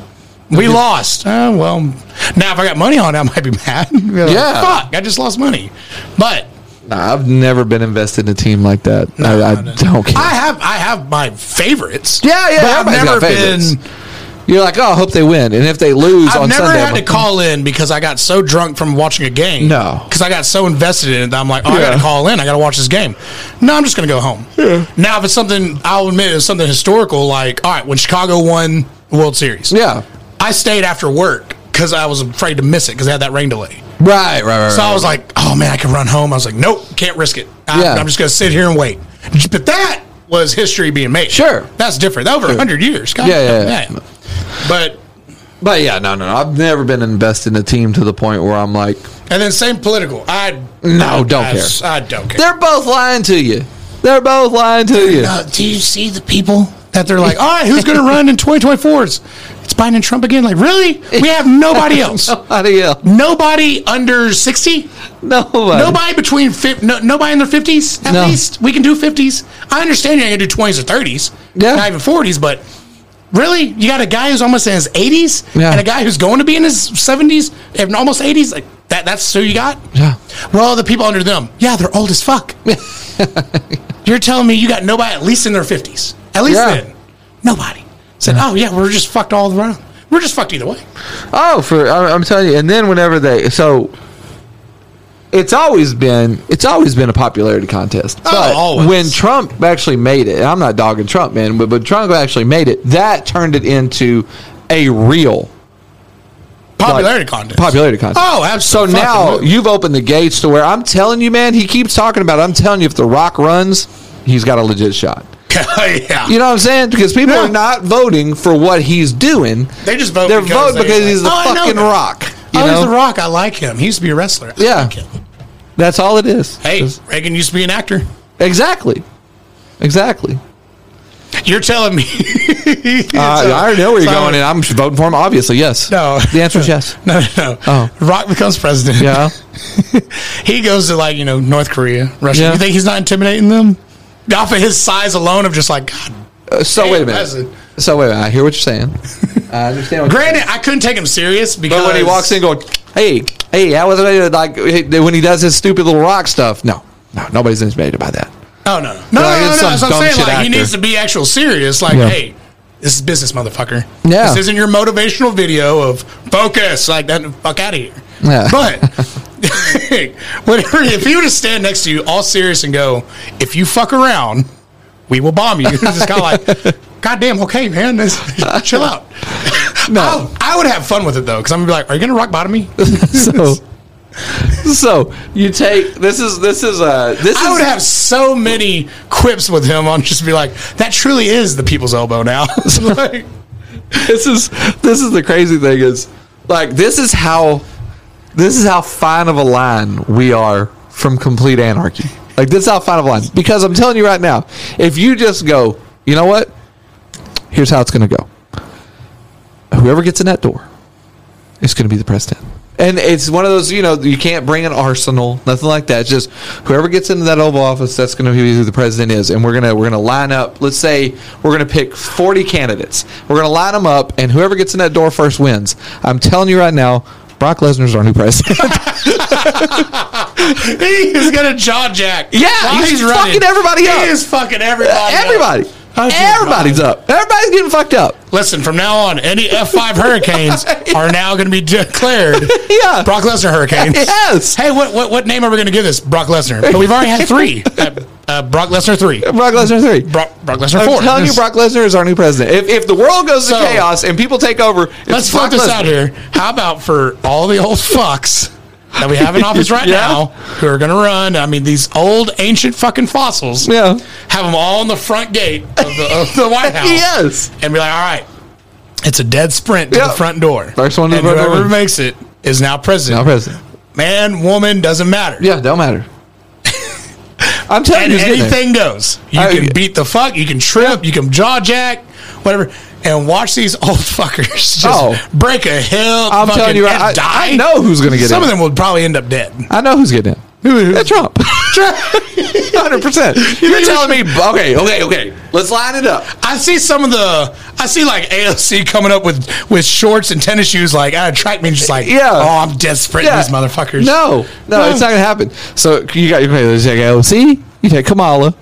S1: we lost. Uh, well, now if I got money on it, I might be mad. Be like,
S2: Yeah.
S1: Fuck, I just lost money. But
S2: Nah, I've never been invested in a team like that. I, I don't care.
S1: I have I have my favorites.
S2: Yeah, yeah,
S1: But I've
S2: everybody's got
S1: never
S2: favorites.
S1: been
S2: You're like, oh, I hope they win. And if they lose
S1: I've
S2: on
S1: never
S2: Sunday, I'm
S1: had to
S2: like,
S1: call in because I got so drunk from watching a game.
S2: No.
S1: because I got so invested in it that I'm like, oh, I got
S2: Yeah.
S1: to call in. I got to watch this game. No, I'm just gonna go home. Now, if it's something, I'll admit it's something historical. Like, all right, when Chicago won the World Series,
S2: yeah,
S1: I stayed after work because I was afraid to miss it because I had that rain delay.
S2: right, right, right.
S1: So I was like, oh man, I could run home. I was like, nope, can't risk it. I,
S2: Yeah.
S1: I'm just gonna sit here and wait. But that was history being made.
S2: Sure.
S1: that's different. That over hundred years. God,
S2: Yeah, yeah, yeah.
S1: But
S2: but yeah, no, no, no. I've never been invested in a team to the point where I'm like,
S1: and then same political. I
S2: No, don't
S1: I,
S2: care.
S1: I don't care.
S2: they're both lying to you. They're both lying to you.
S1: Uh, do you see the people that they're like, all right, who's gonna run in 2024s? It's Biden and Trump again. Like, really? We have nobody else.
S2: How do you?
S1: Nobody under 60?
S2: Nobody.
S1: Nobody between fif- no, nobody in their fifties. At
S2: Uh, No.
S1: least we can do fifties. I understand you're not gonna do twenties or thirties,
S2: Yeah.
S1: not even forties. But really, you got a guy who's almost in his eighties
S2: Yeah.
S1: and a guy who's going to be in his seventies and almost eighties. Like that. That's who you got.
S2: Yeah.
S1: Well, the people under them, yeah, they're old as fuck. you're telling me you got nobody at least in their fifties. At least
S2: Yeah.
S1: then, nobody said, "Oh yeah, we're just fucked all around. We're just fucked either way."
S2: Oh, for I- I'm telling you. And then whenever they so. It's always been it's always been a popularity contest. But
S1: Oh, always.
S2: when Trump actually made it, and I'm not dogging Trump, man, but, but Trump actually made it, that turned it into a real
S1: Popularity contest.
S2: popularity contest.
S1: Oh,
S2: So
S1: absolutely.
S2: now you've opened the gates to where I'm telling you, man, he keeps talking about it. I'm telling you, if The Rock runs, he's got a legit shot.
S1: yeah.
S2: You know what I'm saying? Because people
S1: Yeah.
S2: are not voting for what he's doing.
S1: They just vote
S2: They're
S1: because
S2: voting
S1: they
S2: because
S1: like-
S2: he's the
S1: Oh, I know
S2: fucking
S1: that.
S2: Rock. You
S1: oh,
S2: know?
S1: he's The Rock. I like him. He used to be a wrestler. I
S2: Yeah.
S1: like him.
S2: That's all it is.
S1: Hey,
S2: It's-
S1: Reagan used to be an actor.
S2: Exactly. Exactly.
S1: You're telling me.
S2: Uh, I already know where you're
S1: so-
S2: going, and I'm voting for him. Obviously, yes.
S1: No.
S2: The answer is yes.
S1: No, no, no.
S2: Oh.
S1: Rock becomes president.
S2: Yeah.
S1: He goes to, like, you know, North Korea, Russia.
S2: Yeah.
S1: You think he's not intimidating them? Off of his size alone, of just like, God.
S2: Uh, so
S1: Hey,
S2: wait a minute.
S1: listen.
S2: So wait a minute. I hear what you're saying. I understand. What
S1: Granted, I couldn't take him serious because.
S2: But when he walks in, going, "Hey, hey, how was it?" Like when he does his stupid little rock stuff. No, no, nobody's intimidated by that.
S1: Oh, no. No, no,
S2: Like,
S1: no.
S2: it's
S1: no.
S2: some
S1: That's what
S2: dumb
S1: I'm saying. Like,
S2: shit
S1: he
S2: actor.
S1: needs to be actual serious. Like,
S2: Yeah.
S1: hey. This is business, motherfucker.
S2: Yeah.
S1: This isn't your motivational video of focus. Like that, fuck out of here.
S2: Yeah.
S1: But whatever, if he were to stand next to you, all serious, and go, "If you fuck around, we will bomb you," it's just kind of like, "Goddamn, okay, man, this, chill out."
S2: Oh.
S1: Oh,
S2: No.
S1: I, I would have fun with it though, because I'm gonna be like, "Are you gonna rock bottom me?"
S2: So, so you take this is this is uh this
S1: I
S2: is
S1: would have so many quips with him on just be like, "That truly is the people's elbow now." It's like,
S2: this is this is the crazy thing is like this is how this is how fine of a line we are from complete anarchy. Like this is how fine of a line because I'm telling you right now, if you just go, you know what? Here's how it's going to go. Whoever gets in that door is going to be the president. And it's one of those, you know, you can't bring an arsenal, nothing like that. It's just whoever gets into that Oval Office, that's going to be who the president is. And we're gonna we're gonna line up. Let's say we're gonna pick 40 candidates. We're gonna line them up, and whoever gets in that door first wins. I'm telling you right now, Brock Lesnar's our new president.
S1: he's gonna jaw jack.
S2: Yeah,
S1: While
S2: he's fucking everybody
S1: he
S2: up.
S1: He is fucking everybody. up.
S2: Everybody,
S1: I just-
S2: everybody's up. Everybody's getting fucked up.
S1: Listen, from now on, any F5 hurricanes are now going to be declared
S2: Yeah.
S1: Brock Lesnar hurricanes.
S2: Yes.
S1: Hey, what, what what name are we going to give this? Brock Lesnar. But we've already had three. Uh, uh, Brock Lesnar three.
S2: Brock Lesnar three.
S1: Brock, Brock Lesnar
S2: I'm
S1: four.
S2: telling you, Brock Lesnar is our new president. If, if the world goes to
S1: So-
S2: chaos and people take over, it's
S1: Let's
S2: Brock
S1: flip this
S2: Lesnar.
S1: out here. How about for all the old fucks that we have in office right
S2: Yeah.
S1: now who are going to run? I mean, these old ancient fucking fossils.
S2: Yeah.
S1: Have them all in the front gate of the, of the White House.
S2: Yes.
S1: and be like, all right, it's a dead sprint to
S2: Yeah.
S1: the front door.
S2: First one to the
S1: and
S2: front door
S1: whoever
S2: wins.
S1: makes it is now president.
S2: Now president.
S1: Man, woman, doesn't matter.
S2: Yeah, don't matter. I'm telling
S1: And
S2: you, it's getting there.
S1: anything goes. You
S2: I-
S1: can beat the fuck. You can trip. You can jaw jack. Whatever. And watch these old fuckers just
S2: Oh.
S1: break a hill.
S2: I'm telling you,
S1: and
S2: I- I-
S1: die.
S2: I know who's gonna get
S1: Some of
S2: in.
S1: them will probably end up dead.
S2: I know who's getting it.
S1: Who-
S2: Yeah, Trump. Hundred percent. You're telling me. Okay, okay, okay. Let's line it up.
S1: I see some of the. I see like AOC coming up with with shorts and tennis shoes, like out of track meet, just like,
S2: Yeah.
S1: oh, I'm dead sprinting these motherfuckers.
S2: No, no,
S1: No.
S2: it's not gonna happen. So you got your you take AOC, you take Kamala,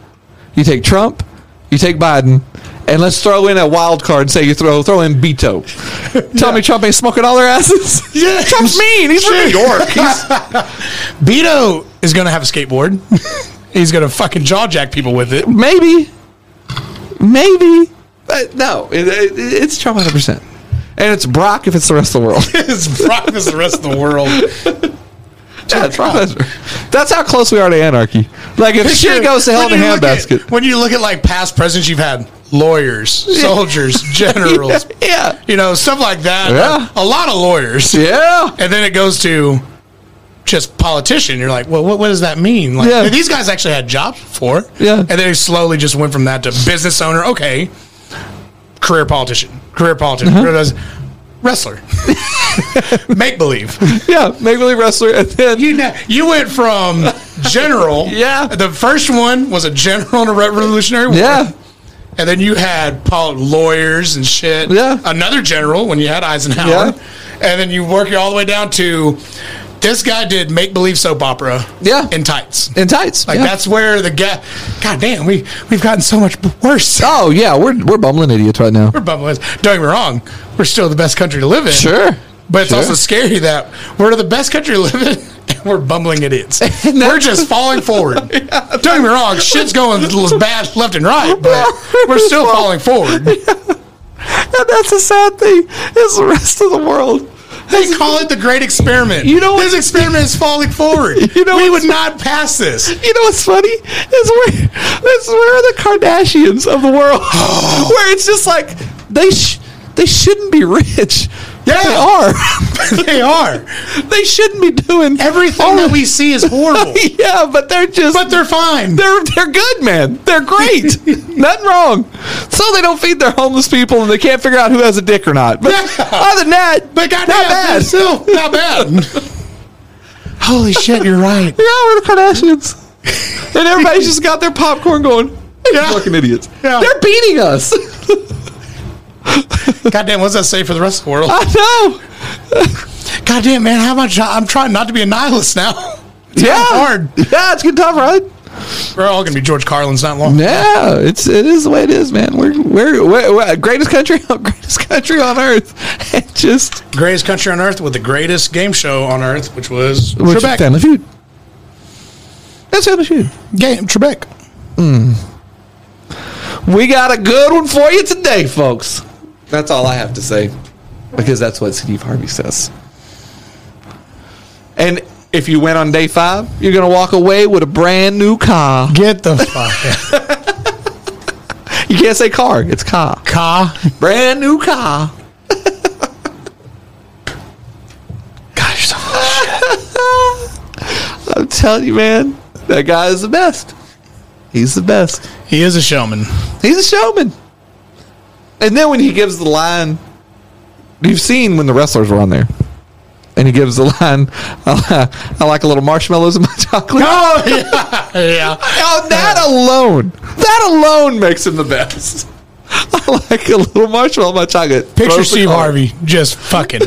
S2: you take Trump, you take Biden, and let's throw in a wild card and say you throw throw in Beto. Tommy Trump ain't smoking all their asses.
S1: Yeah.
S2: Trump's mean. He's from New York. He's,
S1: Beto is going to have a skateboard. He's going to fucking jaw jack people with it.
S2: maybe, maybe, but no, it, it, it's Trump 100. percent And it's Brock if it's the rest of the world.
S1: It's Brock is the rest of the world.
S2: Yeah, it's Brock Lesnar. That's how close we are to anarchy. Like if shit goes to hell in a
S1: When you look at-
S2: handbasket.
S1: When you look at like past presidents you've had, lawyers, soldiers, generals,
S2: Yeah.
S1: you know, stuff like that.
S2: Yeah.
S1: A, lot of lawyers.
S2: Yeah.
S1: And then it goes to just politician. You're like, well, what, what does that mean? Like,
S2: Yeah.
S1: these guys actually had jobs before.
S2: Yeah.
S1: And then it slowly just went from that to business owner. Okay. Career politician. Career politician.
S2: Uh-huh.
S1: Career does- Wrestler. Make believe.
S2: Yeah. Make believe wrestler and then
S1: You know, you went from general.
S2: Yeah.
S1: The first one was a general in a revolutionary war.
S2: Yeah.
S1: And then you had pol- lawyers and shit.
S2: Yeah.
S1: Another general when you had Eisenhower.
S2: Yeah.
S1: And then you work it all the way down to this guy did make believe soap opera.
S2: Yeah.
S1: In tights.
S2: in tights.
S1: Like
S2: yeah.
S1: that's where the guy. God damn, we we've gotten so much worse.
S2: Oh yeah, we're we're bumbling idiots right now.
S1: We're bumbling. Don't get me wrong. We're still the best country to live in.
S2: Sure.
S1: But it's
S2: Sure.
S1: also scary that we're the best country to live in. And we're bumbling idiots. we're just falling forward. Don't get me wrong, shit's going bad left and right, but we're still falling forward.
S2: And that's a sad thing. It's the rest of the world.
S1: They call it the great experiment.
S2: You know
S1: this
S2: what-
S1: experiment is falling forward.
S2: You know
S1: we
S2: what's-
S1: would not pass this.
S2: You know what's funny? Is we're, is we're the Kardashians of the world. Where it's just like they sh- they shouldn't be rich.
S1: Yeah.
S2: They are.
S1: they are.
S2: they shouldn't be doing
S1: Everything
S2: all
S1: that
S2: of-
S1: we see is horrible,
S2: Yeah, but they're just
S1: but they're fine.
S2: they're they're good, man. They're great. Nothing wrong. So they don't feed their homeless people, and they can't figure out who has a dick or not. But
S1: Yeah.
S2: other than that,
S1: But goddamn,
S2: not bad.
S1: they're still not bad. Holy shit, you're right.
S2: yeah, we're the Kardashians, and everybody's just got their popcorn going.
S1: Yeah.
S2: Fucking idiots.
S1: Yeah.
S2: They're beating us.
S1: Goddamn, what's that say for the rest of the world?
S2: I know.
S1: Goddamn, man, how much? I'm trying not to be a nihilist now.
S2: yeah,
S1: hard.
S2: Yeah, it's getting tough, right?
S1: We're all gonna be George Carlin's not long.
S2: Yeah, it's it is the way it is, man. We're we're, we're, we're greatest country, greatest country on earth, and just
S1: Greatest country on earth with the greatest game show on earth, which was
S2: Which
S1: Trebek.
S2: Family Feud. That's Family Feud.
S1: Game Trebek.
S2: We got a good one for you today, folks. That's all I have to say, because that's what Steve Harvey says. And if you went on day five, you're gonna walk away with a brand new car.
S1: Get the fuck out.
S2: You can't say car; it's car.
S1: Ka.
S2: Brand new car.
S1: Gosh, so
S2: I'm telling you, man, that guy is the best. He's the best.
S1: he is a showman.
S2: He's a showman. And then when he gives the line, you've seen when the wrestlers were on there, and he gives the line, I, like a little marshmallows in my chocolate.
S1: Oh yeah, yeah.
S2: Oh, that alone, that alone makes him the best. I like a little marshmallow in my chocolate.
S1: Picture
S2: Throws the
S1: Steve
S2: card.
S1: Harvey just fucking.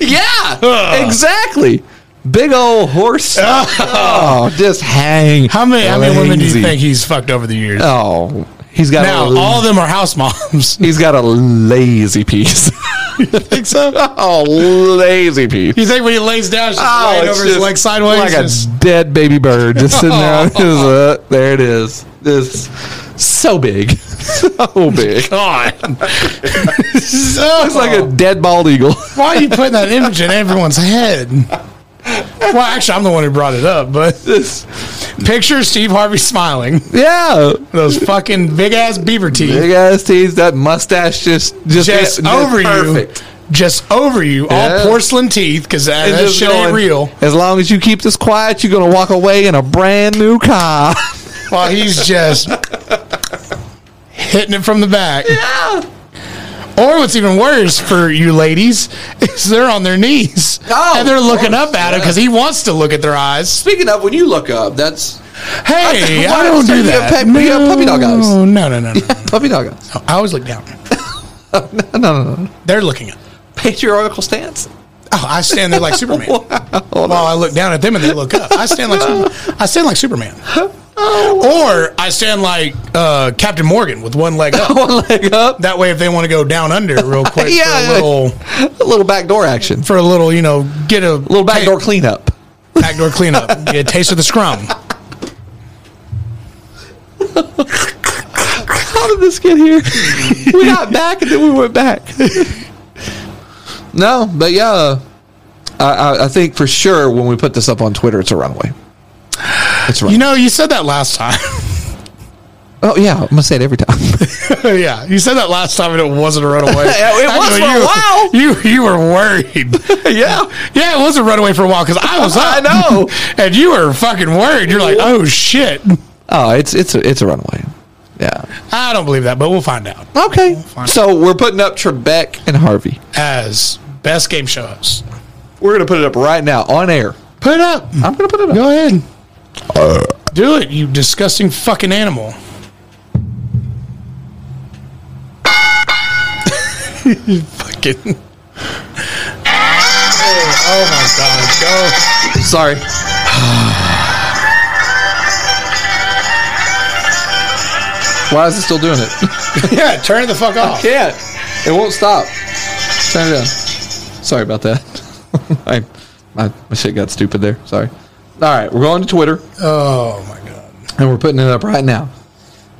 S2: Yeah, exactly. Big old horse. Oh, just hang.
S1: How many? How many women do
S2: lazy.
S1: you think he's fucked over the years?
S2: Oh, he's got
S1: now
S2: a l-
S1: all of them are house moms.
S2: He's got a lazy piece.
S1: think so?
S2: oh, lazy piece.
S1: You think when he lays down, she's
S2: Oh,
S1: laying
S2: it's
S1: over his
S2: just
S1: leg sideways?
S2: Like
S1: Just-
S2: a dead baby bird just sitting there. on his, uh, there it is. This so big. So big.
S1: God.
S2: It's like
S1: Oh.
S2: a dead bald eagle.
S1: Why are you putting that image in everyone's head? Well, actually, I'm the one who brought it up, but
S2: Just-
S1: picture Steve Harvey smiling.
S2: yeah.
S1: Those fucking big ass beaver teeth
S2: Big ass teeth, that mustache just just,
S1: just over
S2: perfect.
S1: you. Just over you.
S2: Yeah.
S1: All porcelain teeth, because that,
S2: And
S1: that
S2: just
S1: shit ain't
S2: going,
S1: real.
S2: As long as you keep this quiet, you're gonna walk away in a brand new car.
S1: While he's just hitting it from the back.
S2: Yeah.
S1: Or what's even worse for you ladies is they're on their knees.
S2: Oh,
S1: and they're
S2: of
S1: looking
S2: course,
S1: up at him because he wants to look at their eyes.
S2: Speaking of, when you look up, that's
S1: Hey,
S2: Why
S1: I don't
S2: is
S1: do
S2: it you
S1: that.
S2: have pet- you have puppy dog eyes?
S1: No, no, no, no. no.
S2: puppy dog eyes.
S1: I always look down.
S2: No, no, no.
S1: They're looking up.
S2: Patriarchal stance.
S1: Oh, I stand there like Superman. While I look down at them and they look up. I stand like Superman. I stand like Superman.
S2: Oh.
S1: Or I stand like uh, Captain Morgan with one leg up.
S2: One leg up.
S1: That way, if they want to go down under real quick
S2: Yeah.
S1: for a little,
S2: A little backdoor action.
S1: for a little, you know, get a
S2: A little backdoor cleanup.
S1: backdoor cleanup, get a taste of the scrum.
S2: How did this get here? we got back and then we went back. no, but yeah, uh, I, I, I think for sure when we put this up on Twitter, it's a runaway. It's a runaway.
S1: You know, you said that last time.
S2: oh yeah, I'm gonna say it every time.
S1: yeah, you said that last time and it wasn't a runaway.
S2: It was for a
S1: you,
S2: while.
S1: You you were worried.
S2: yeah,
S1: yeah, it was a runaway for a while because I was up.
S2: I know.
S1: and you were fucking worried. You're like, oh shit.
S2: Oh, it's it's a, it's a runaway. Yeah.
S1: I don't believe that, but we'll find out.
S2: Okay. So we're putting up Trebek and Harvey.
S1: As best game show host,
S2: We're gonna put it up right now on air.
S1: put it up.
S2: I'm gonna put it up.
S1: Go ahead.
S2: Uh,
S1: Do it, you disgusting fucking animal. you fucking. Oh, oh my god, go.
S2: Sorry. Why is it still doing it?
S1: Yeah, turn it the fuck off.
S2: can't. It won't stop. Turn it down. Sorry about that. I, my, my shit got stupid there. Sorry. All right, we're going to Twitter
S1: Oh my god.
S2: and we're putting it up right now.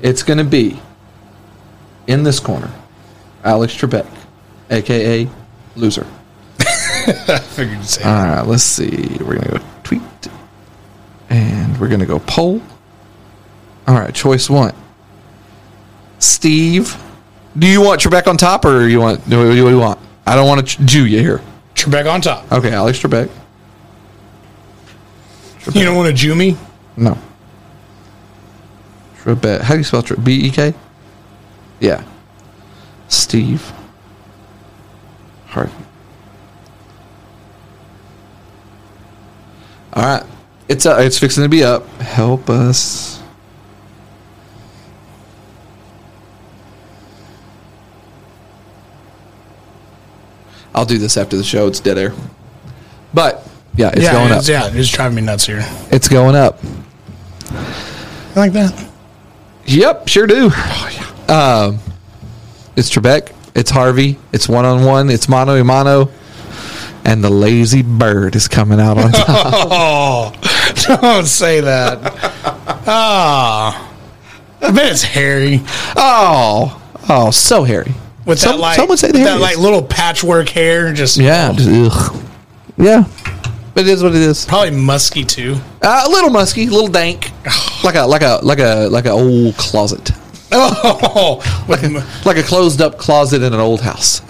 S2: It's going to be in this corner, Alex Trebek, aka loser.
S1: I figured you'd say
S2: All right, let's see. We're going to go tweet and we're going to go poll. All right, choice one. Steve, do you want Trebek on top or you want what do you want? I don't want to Jew you here.
S1: Trebek on top.
S2: Okay, Alex Trebek.
S1: You don't want to Jew me?
S2: No. Trebek. How do you spell Trebek? B E K? Yeah. Steve. Harvey. All right. It's uh, it's fixing to be up. Help us. I'll do this after the show. It's dead air. But yeah, it's
S1: yeah,
S2: going up.
S1: it's, yeah, it's driving me nuts here.
S2: It's going up.
S1: I like that.
S2: Yep, sure do. Um, it's Trebek. It's Harvey. It's one on one. It's mano a mano. And the lazy bird is coming out on top.
S1: Oh, don't say that. Ah, I bet it's hairy
S2: oh, oh, so hairy.
S1: with
S2: Some-
S1: that like
S2: some would say the
S1: that
S2: hairiest.
S1: like little patchwork hair. Just
S2: Yeah, just, ugh. yeah. But it is what it is.
S1: probably musky too.
S2: Uh, a little musky, a little dank, like a like a like a like a old closet,
S1: Oh, with mu-
S2: like a closed up closet in an old house.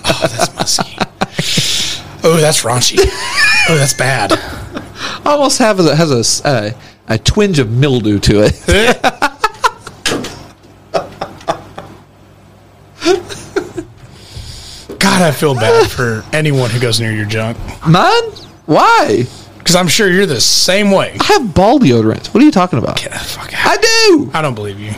S1: that's musky. Oh, that's raunchy. Oh, that's bad.
S2: Almost have a, has a s- uh, a twinge of mildew to it.
S1: God, I feel bad for anyone who goes near your junk
S2: Mine? Why?
S1: because I'm sure you're the same way.
S2: I have ball deodorant. What are you talking about?
S1: Get the fuck out.
S2: I do.
S1: I don't believe you.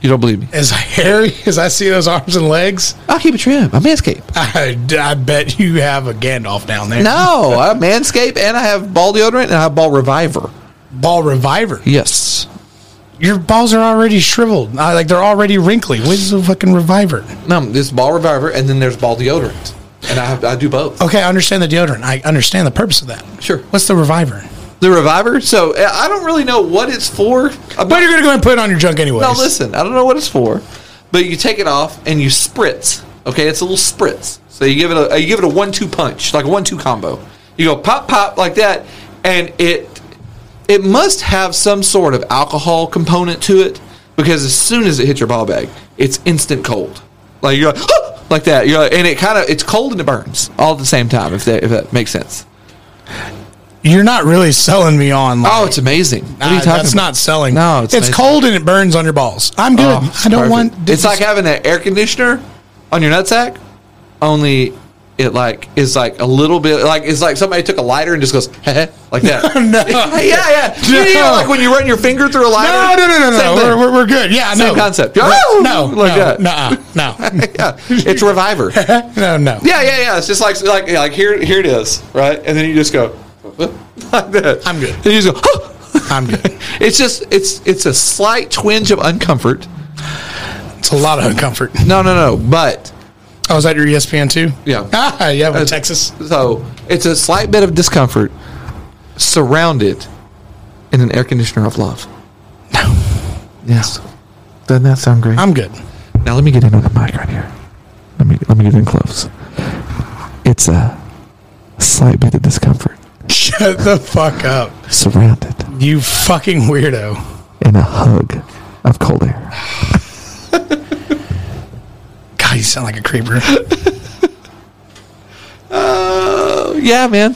S2: You don't believe me?
S1: As hairy as I see those arms and legs,
S2: I'll keep it trim. I manscape.
S1: I, I bet you have a Gandalf down there.
S2: No, I manscape and I have ball deodorant and I have ball reviver.
S1: Ball reviver.
S2: Yes.
S1: Your balls are already shriveled. I, like they're already wrinkly. What is a fucking reviver?
S2: No, there's ball reviver and then there's ball deodorant, and I have, I do both.
S1: Okay, I understand the deodorant. I understand the purpose of that.
S2: Sure.
S1: What's the reviver?
S2: The reviver. So uh, I don't really know what it's for.
S1: But you're gonna go and put it on your junk anyways.
S2: No, listen, I don't know what it's for, but you take it off and you spritz. Okay, it's a little spritz. So you give it a you give it a one two punch, like a one two combo. You go pop pop like that, and it it must have some sort of alcohol component to it because as soon as it hits your ball bag, it's instant cold. Like you're like, like that. You're like, and it kind of it's cold and it burns all at the same time. If that if that makes sense.
S1: You're not really selling me on. Like,
S2: Oh, it's amazing. What are you
S1: nah,
S2: talking
S1: that's
S2: about?
S1: not selling.
S2: No, it's
S1: it's,
S2: amazing.
S1: cold and it burns on your balls. I'm good.
S2: Oh, it's
S1: I don't
S2: perfect.
S1: want.
S2: It's like having an air conditioner on your nutsack, only it like is like a little bit like it's like somebody took a lighter and just goes "Heh heh," like that.
S1: No.
S2: yeah, yeah, You know, like when you run your finger through a lighter.
S1: no, no, no, no,
S2: Same
S1: no.
S2: thing.
S1: We're, we're, we're good. good. Yeah, I know.
S2: Same concept.
S1: No,
S2: Woo!
S1: no,
S2: Like
S1: no,
S2: that.
S1: no, no,
S2: Yeah, it's Reviver. yeah,
S1: no, no.
S2: yeah, yeah. It's just like like like here here it is, right? And then you just go like that.
S1: I'm good.
S2: And you just go.
S1: I'm good.
S2: it's just it's it's a slight twinge of uncomfort.
S1: It's a lot of uncomfort.
S2: No, no, no. But
S1: Oh, is that your ESPN too?
S2: Yeah.
S1: Ah, yeah,
S2: Uh,
S1: from Texas.
S2: So it's a slight bit of discomfort surrounded in an air conditioner of love. No. Yes. Doesn't that sound great?
S1: I'm good.
S2: now let me get in on the mic right here. Let me let me get in close. It's a slight bit of discomfort
S1: Shut the fuck up.
S2: surrounded
S1: You fucking weirdo.
S2: in a hug of cold air.
S1: God, you sound like a creeper.
S2: Uh, yeah, man.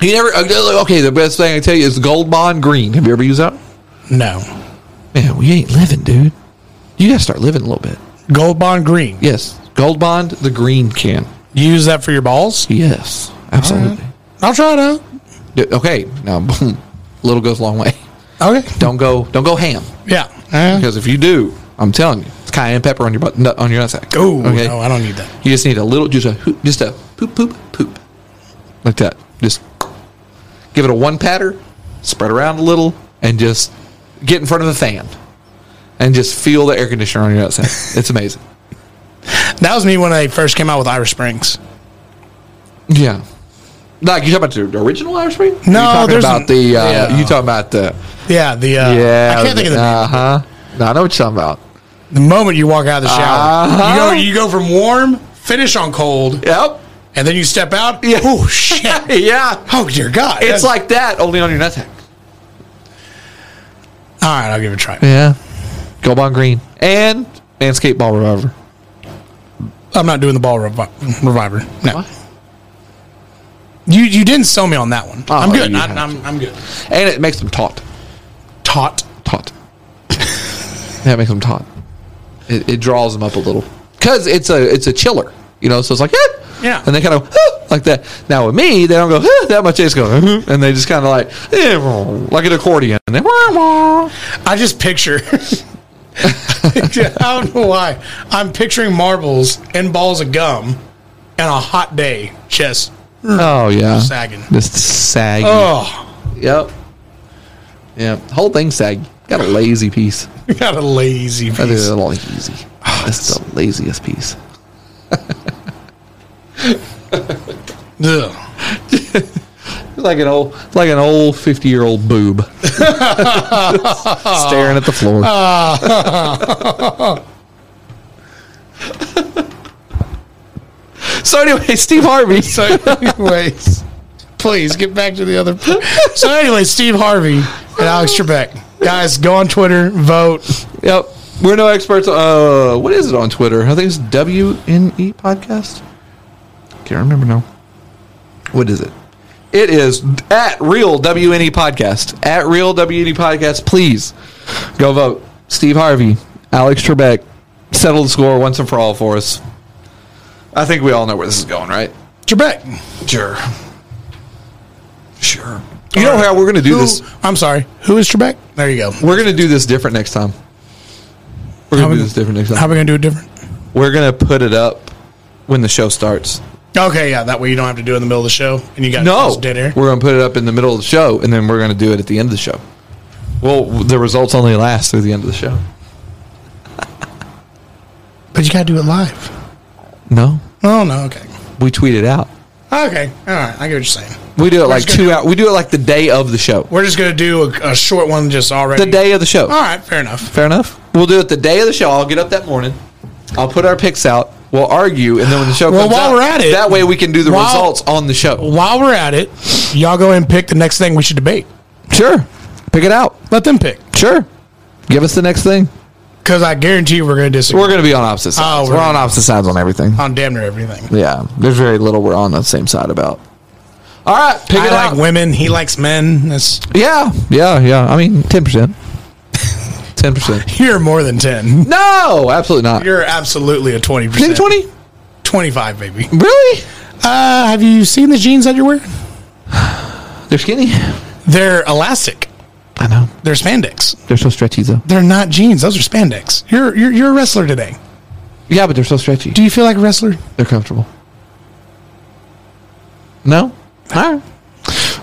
S2: You never uh, okay. The best thing I can tell you is Gold Bond Green. Have you ever used that?
S1: No.
S2: Man, we ain't living, dude. You gotta start living a little bit.
S1: Gold Bond Green.
S2: Yes. Gold Bond, the green can.
S1: You use that for your balls?
S2: Yes. Absolutely.
S1: I'll try it out.
S2: Yeah, Okay. Now, boom. Little goes a long way.
S1: Okay.
S2: Don't go. Don't go ham
S1: Yeah. Uh,
S2: because if you do, I'm telling you, it's cayenne pepper on your butt, nut, on your nutsack.
S1: oh,
S2: Okay.
S1: no, I don't need that.
S2: You just need a little, just a hoop, just a poop, poop, poop, like that. Just give it a one patter, spread around a little, and just get in front of the fan, and just feel the air conditioner on your nutsack. It's amazing.
S1: That was me when I first came out with Irish Springs.
S2: Yeah. Like you talking about the original Irish Spring? Or you
S1: No,
S2: talking
S1: there's
S2: about
S1: n-
S2: the. Uh,
S1: yeah.
S2: You talking about the?
S1: Yeah, the uh,
S2: Yeah,
S1: I can't think of the
S2: Uh huh. No, I know what you're talking about.
S1: name. The moment you walk out of the shower,
S2: Uh-huh.
S1: you go you go from warm, finish on cold,
S2: Yep.
S1: and then you step out.
S2: Yeah.
S1: Oh shit!
S2: Yeah.
S1: Oh dear God!
S2: It's
S1: That's-
S2: like that, only on your nutsack.
S1: all right, I'll give it a try.
S2: Yeah. Go on green and landscape ball revolver.
S1: I'm not doing the ball revi- reviver. No, you you didn't sell me on that one.
S2: Oh,
S1: I'm good.
S2: you
S1: I,
S2: had
S1: I'm I'm good.
S2: And it makes them taut.
S1: Taut.
S2: Taut. that makes them taut. It, it draws them up a little because it's a it's a chiller, you know. So it's like eh!
S1: Yeah.
S2: and they kind of like that. Now with me, they don't go eh, that much. They just go "Eh," and they just kind of like eh, like an accordion. And they, wah, wah.
S1: I just picture. I don't know why. I'm picturing marbles and balls of gum, and a hot day just
S2: Oh yeah,
S1: sagging.
S2: just saggy.
S1: Oh,
S2: Yep, yeah. Whole thing saggy. Got a lazy piece.
S1: you got a lazy
S2: That is
S1: piece.
S2: a lazy.
S1: Oh,
S2: That's the laziest piece.
S1: Ugh.
S2: Like an old, like an old fifty-year-old boob staring at the floor. so anyway, Steve Harvey.
S1: So, anyways, please get back to the other. So, anyway, Steve Harvey and Alex Trebek, guys, go on Twitter, vote.
S2: Yep, we're no experts. Uh, what is it on Twitter? I think it's WNE podcast. Can't remember now. What is it? It is at real WNE podcast. At real WNE podcast. Please go vote. Steve Harvey, Alex Trebek, settle the score once and for all for us. I think we all know where this is going, right?
S1: Trebek,
S2: Sure. Sure. You know how we're going to do
S1: who,
S2: this?
S1: I'm sorry, who is Trebek? There you go.
S2: We're going to do this different next time. We're
S1: How
S2: going to
S1: we-
S2: do this different next time.
S1: How are we gonna do it different?
S2: We're gonna put it up when the show starts.
S1: Okay, yeah, that way you don't have to do it in the middle of the show, and you got
S2: No,
S1: dead air.
S2: we're gonna put it up in the middle of the show, and then we're gonna do it at the end of the show. Well, the results only last through the end of the show.
S1: But you gotta do it live.
S2: No,
S1: Oh no, okay,
S2: we tweet it out.
S1: okay, all right. I get what you're saying.
S2: We do it like
S1: just
S2: two out. We do it like the day of the show.
S1: We're just gonna do a, a short one just already.
S2: The day of the show.
S1: All right, fair enough.
S2: Fair enough. We'll do it the day of the show. I'll get up that morning. I'll put our picks out. We'll argue, and then when the show
S1: Well,
S2: comes
S1: while
S2: out,
S1: we're at it-
S2: that way we can do the
S1: while-
S2: results on the show.
S1: While we're at it, y'all go and pick the next thing we should debate.
S2: Sure, pick it out.
S1: Let them pick,
S2: Sure, give us the next thing.
S1: because I guarantee you we're gonna disagree
S2: We're gonna be on opposite sides.
S1: Oh,
S2: we're
S1: we're-
S2: on opposite sides on everything.
S1: on damn near everything.
S2: Yeah, there's very little we're on the same side about. All right, pick
S1: I
S2: it
S1: like
S2: out.
S1: women. He likes men. That's,
S2: yeah, yeah, yeah. I mean, ten percent, ten percent.
S1: you're more than 10.
S2: No, absolutely not.
S1: You're absolutely a 20%.
S2: Think twenty?
S1: 25, baby.
S2: Really?
S1: Uh, have you seen the jeans that you're wearing?
S2: They're skinny.
S1: They're elastic.
S2: I know.
S1: They're spandex.
S2: They're so stretchy though.
S1: They're not jeans. Those are spandex. You're you're, you're a wrestler today.
S2: Yeah, but they're so stretchy.
S1: Do you feel like a wrestler?
S2: They're comfortable. No? All right.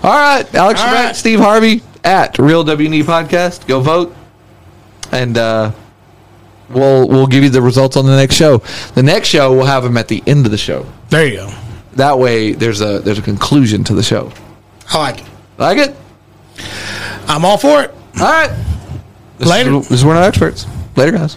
S2: All right. Alex
S1: All
S2: Trebek,
S1: right.
S2: Steve Harvey at Real WNE Podcast. Go vote. And uh, we'll we'll give you the results on the next show. The next show we'll have them at the end of the show.
S1: There you go.
S2: That way there's a there's a conclusion to the show.
S1: I like it.
S2: Like it?
S1: I'm all for it.
S2: All right. This
S1: Later.
S2: Is, this is we're not experts. Later guys.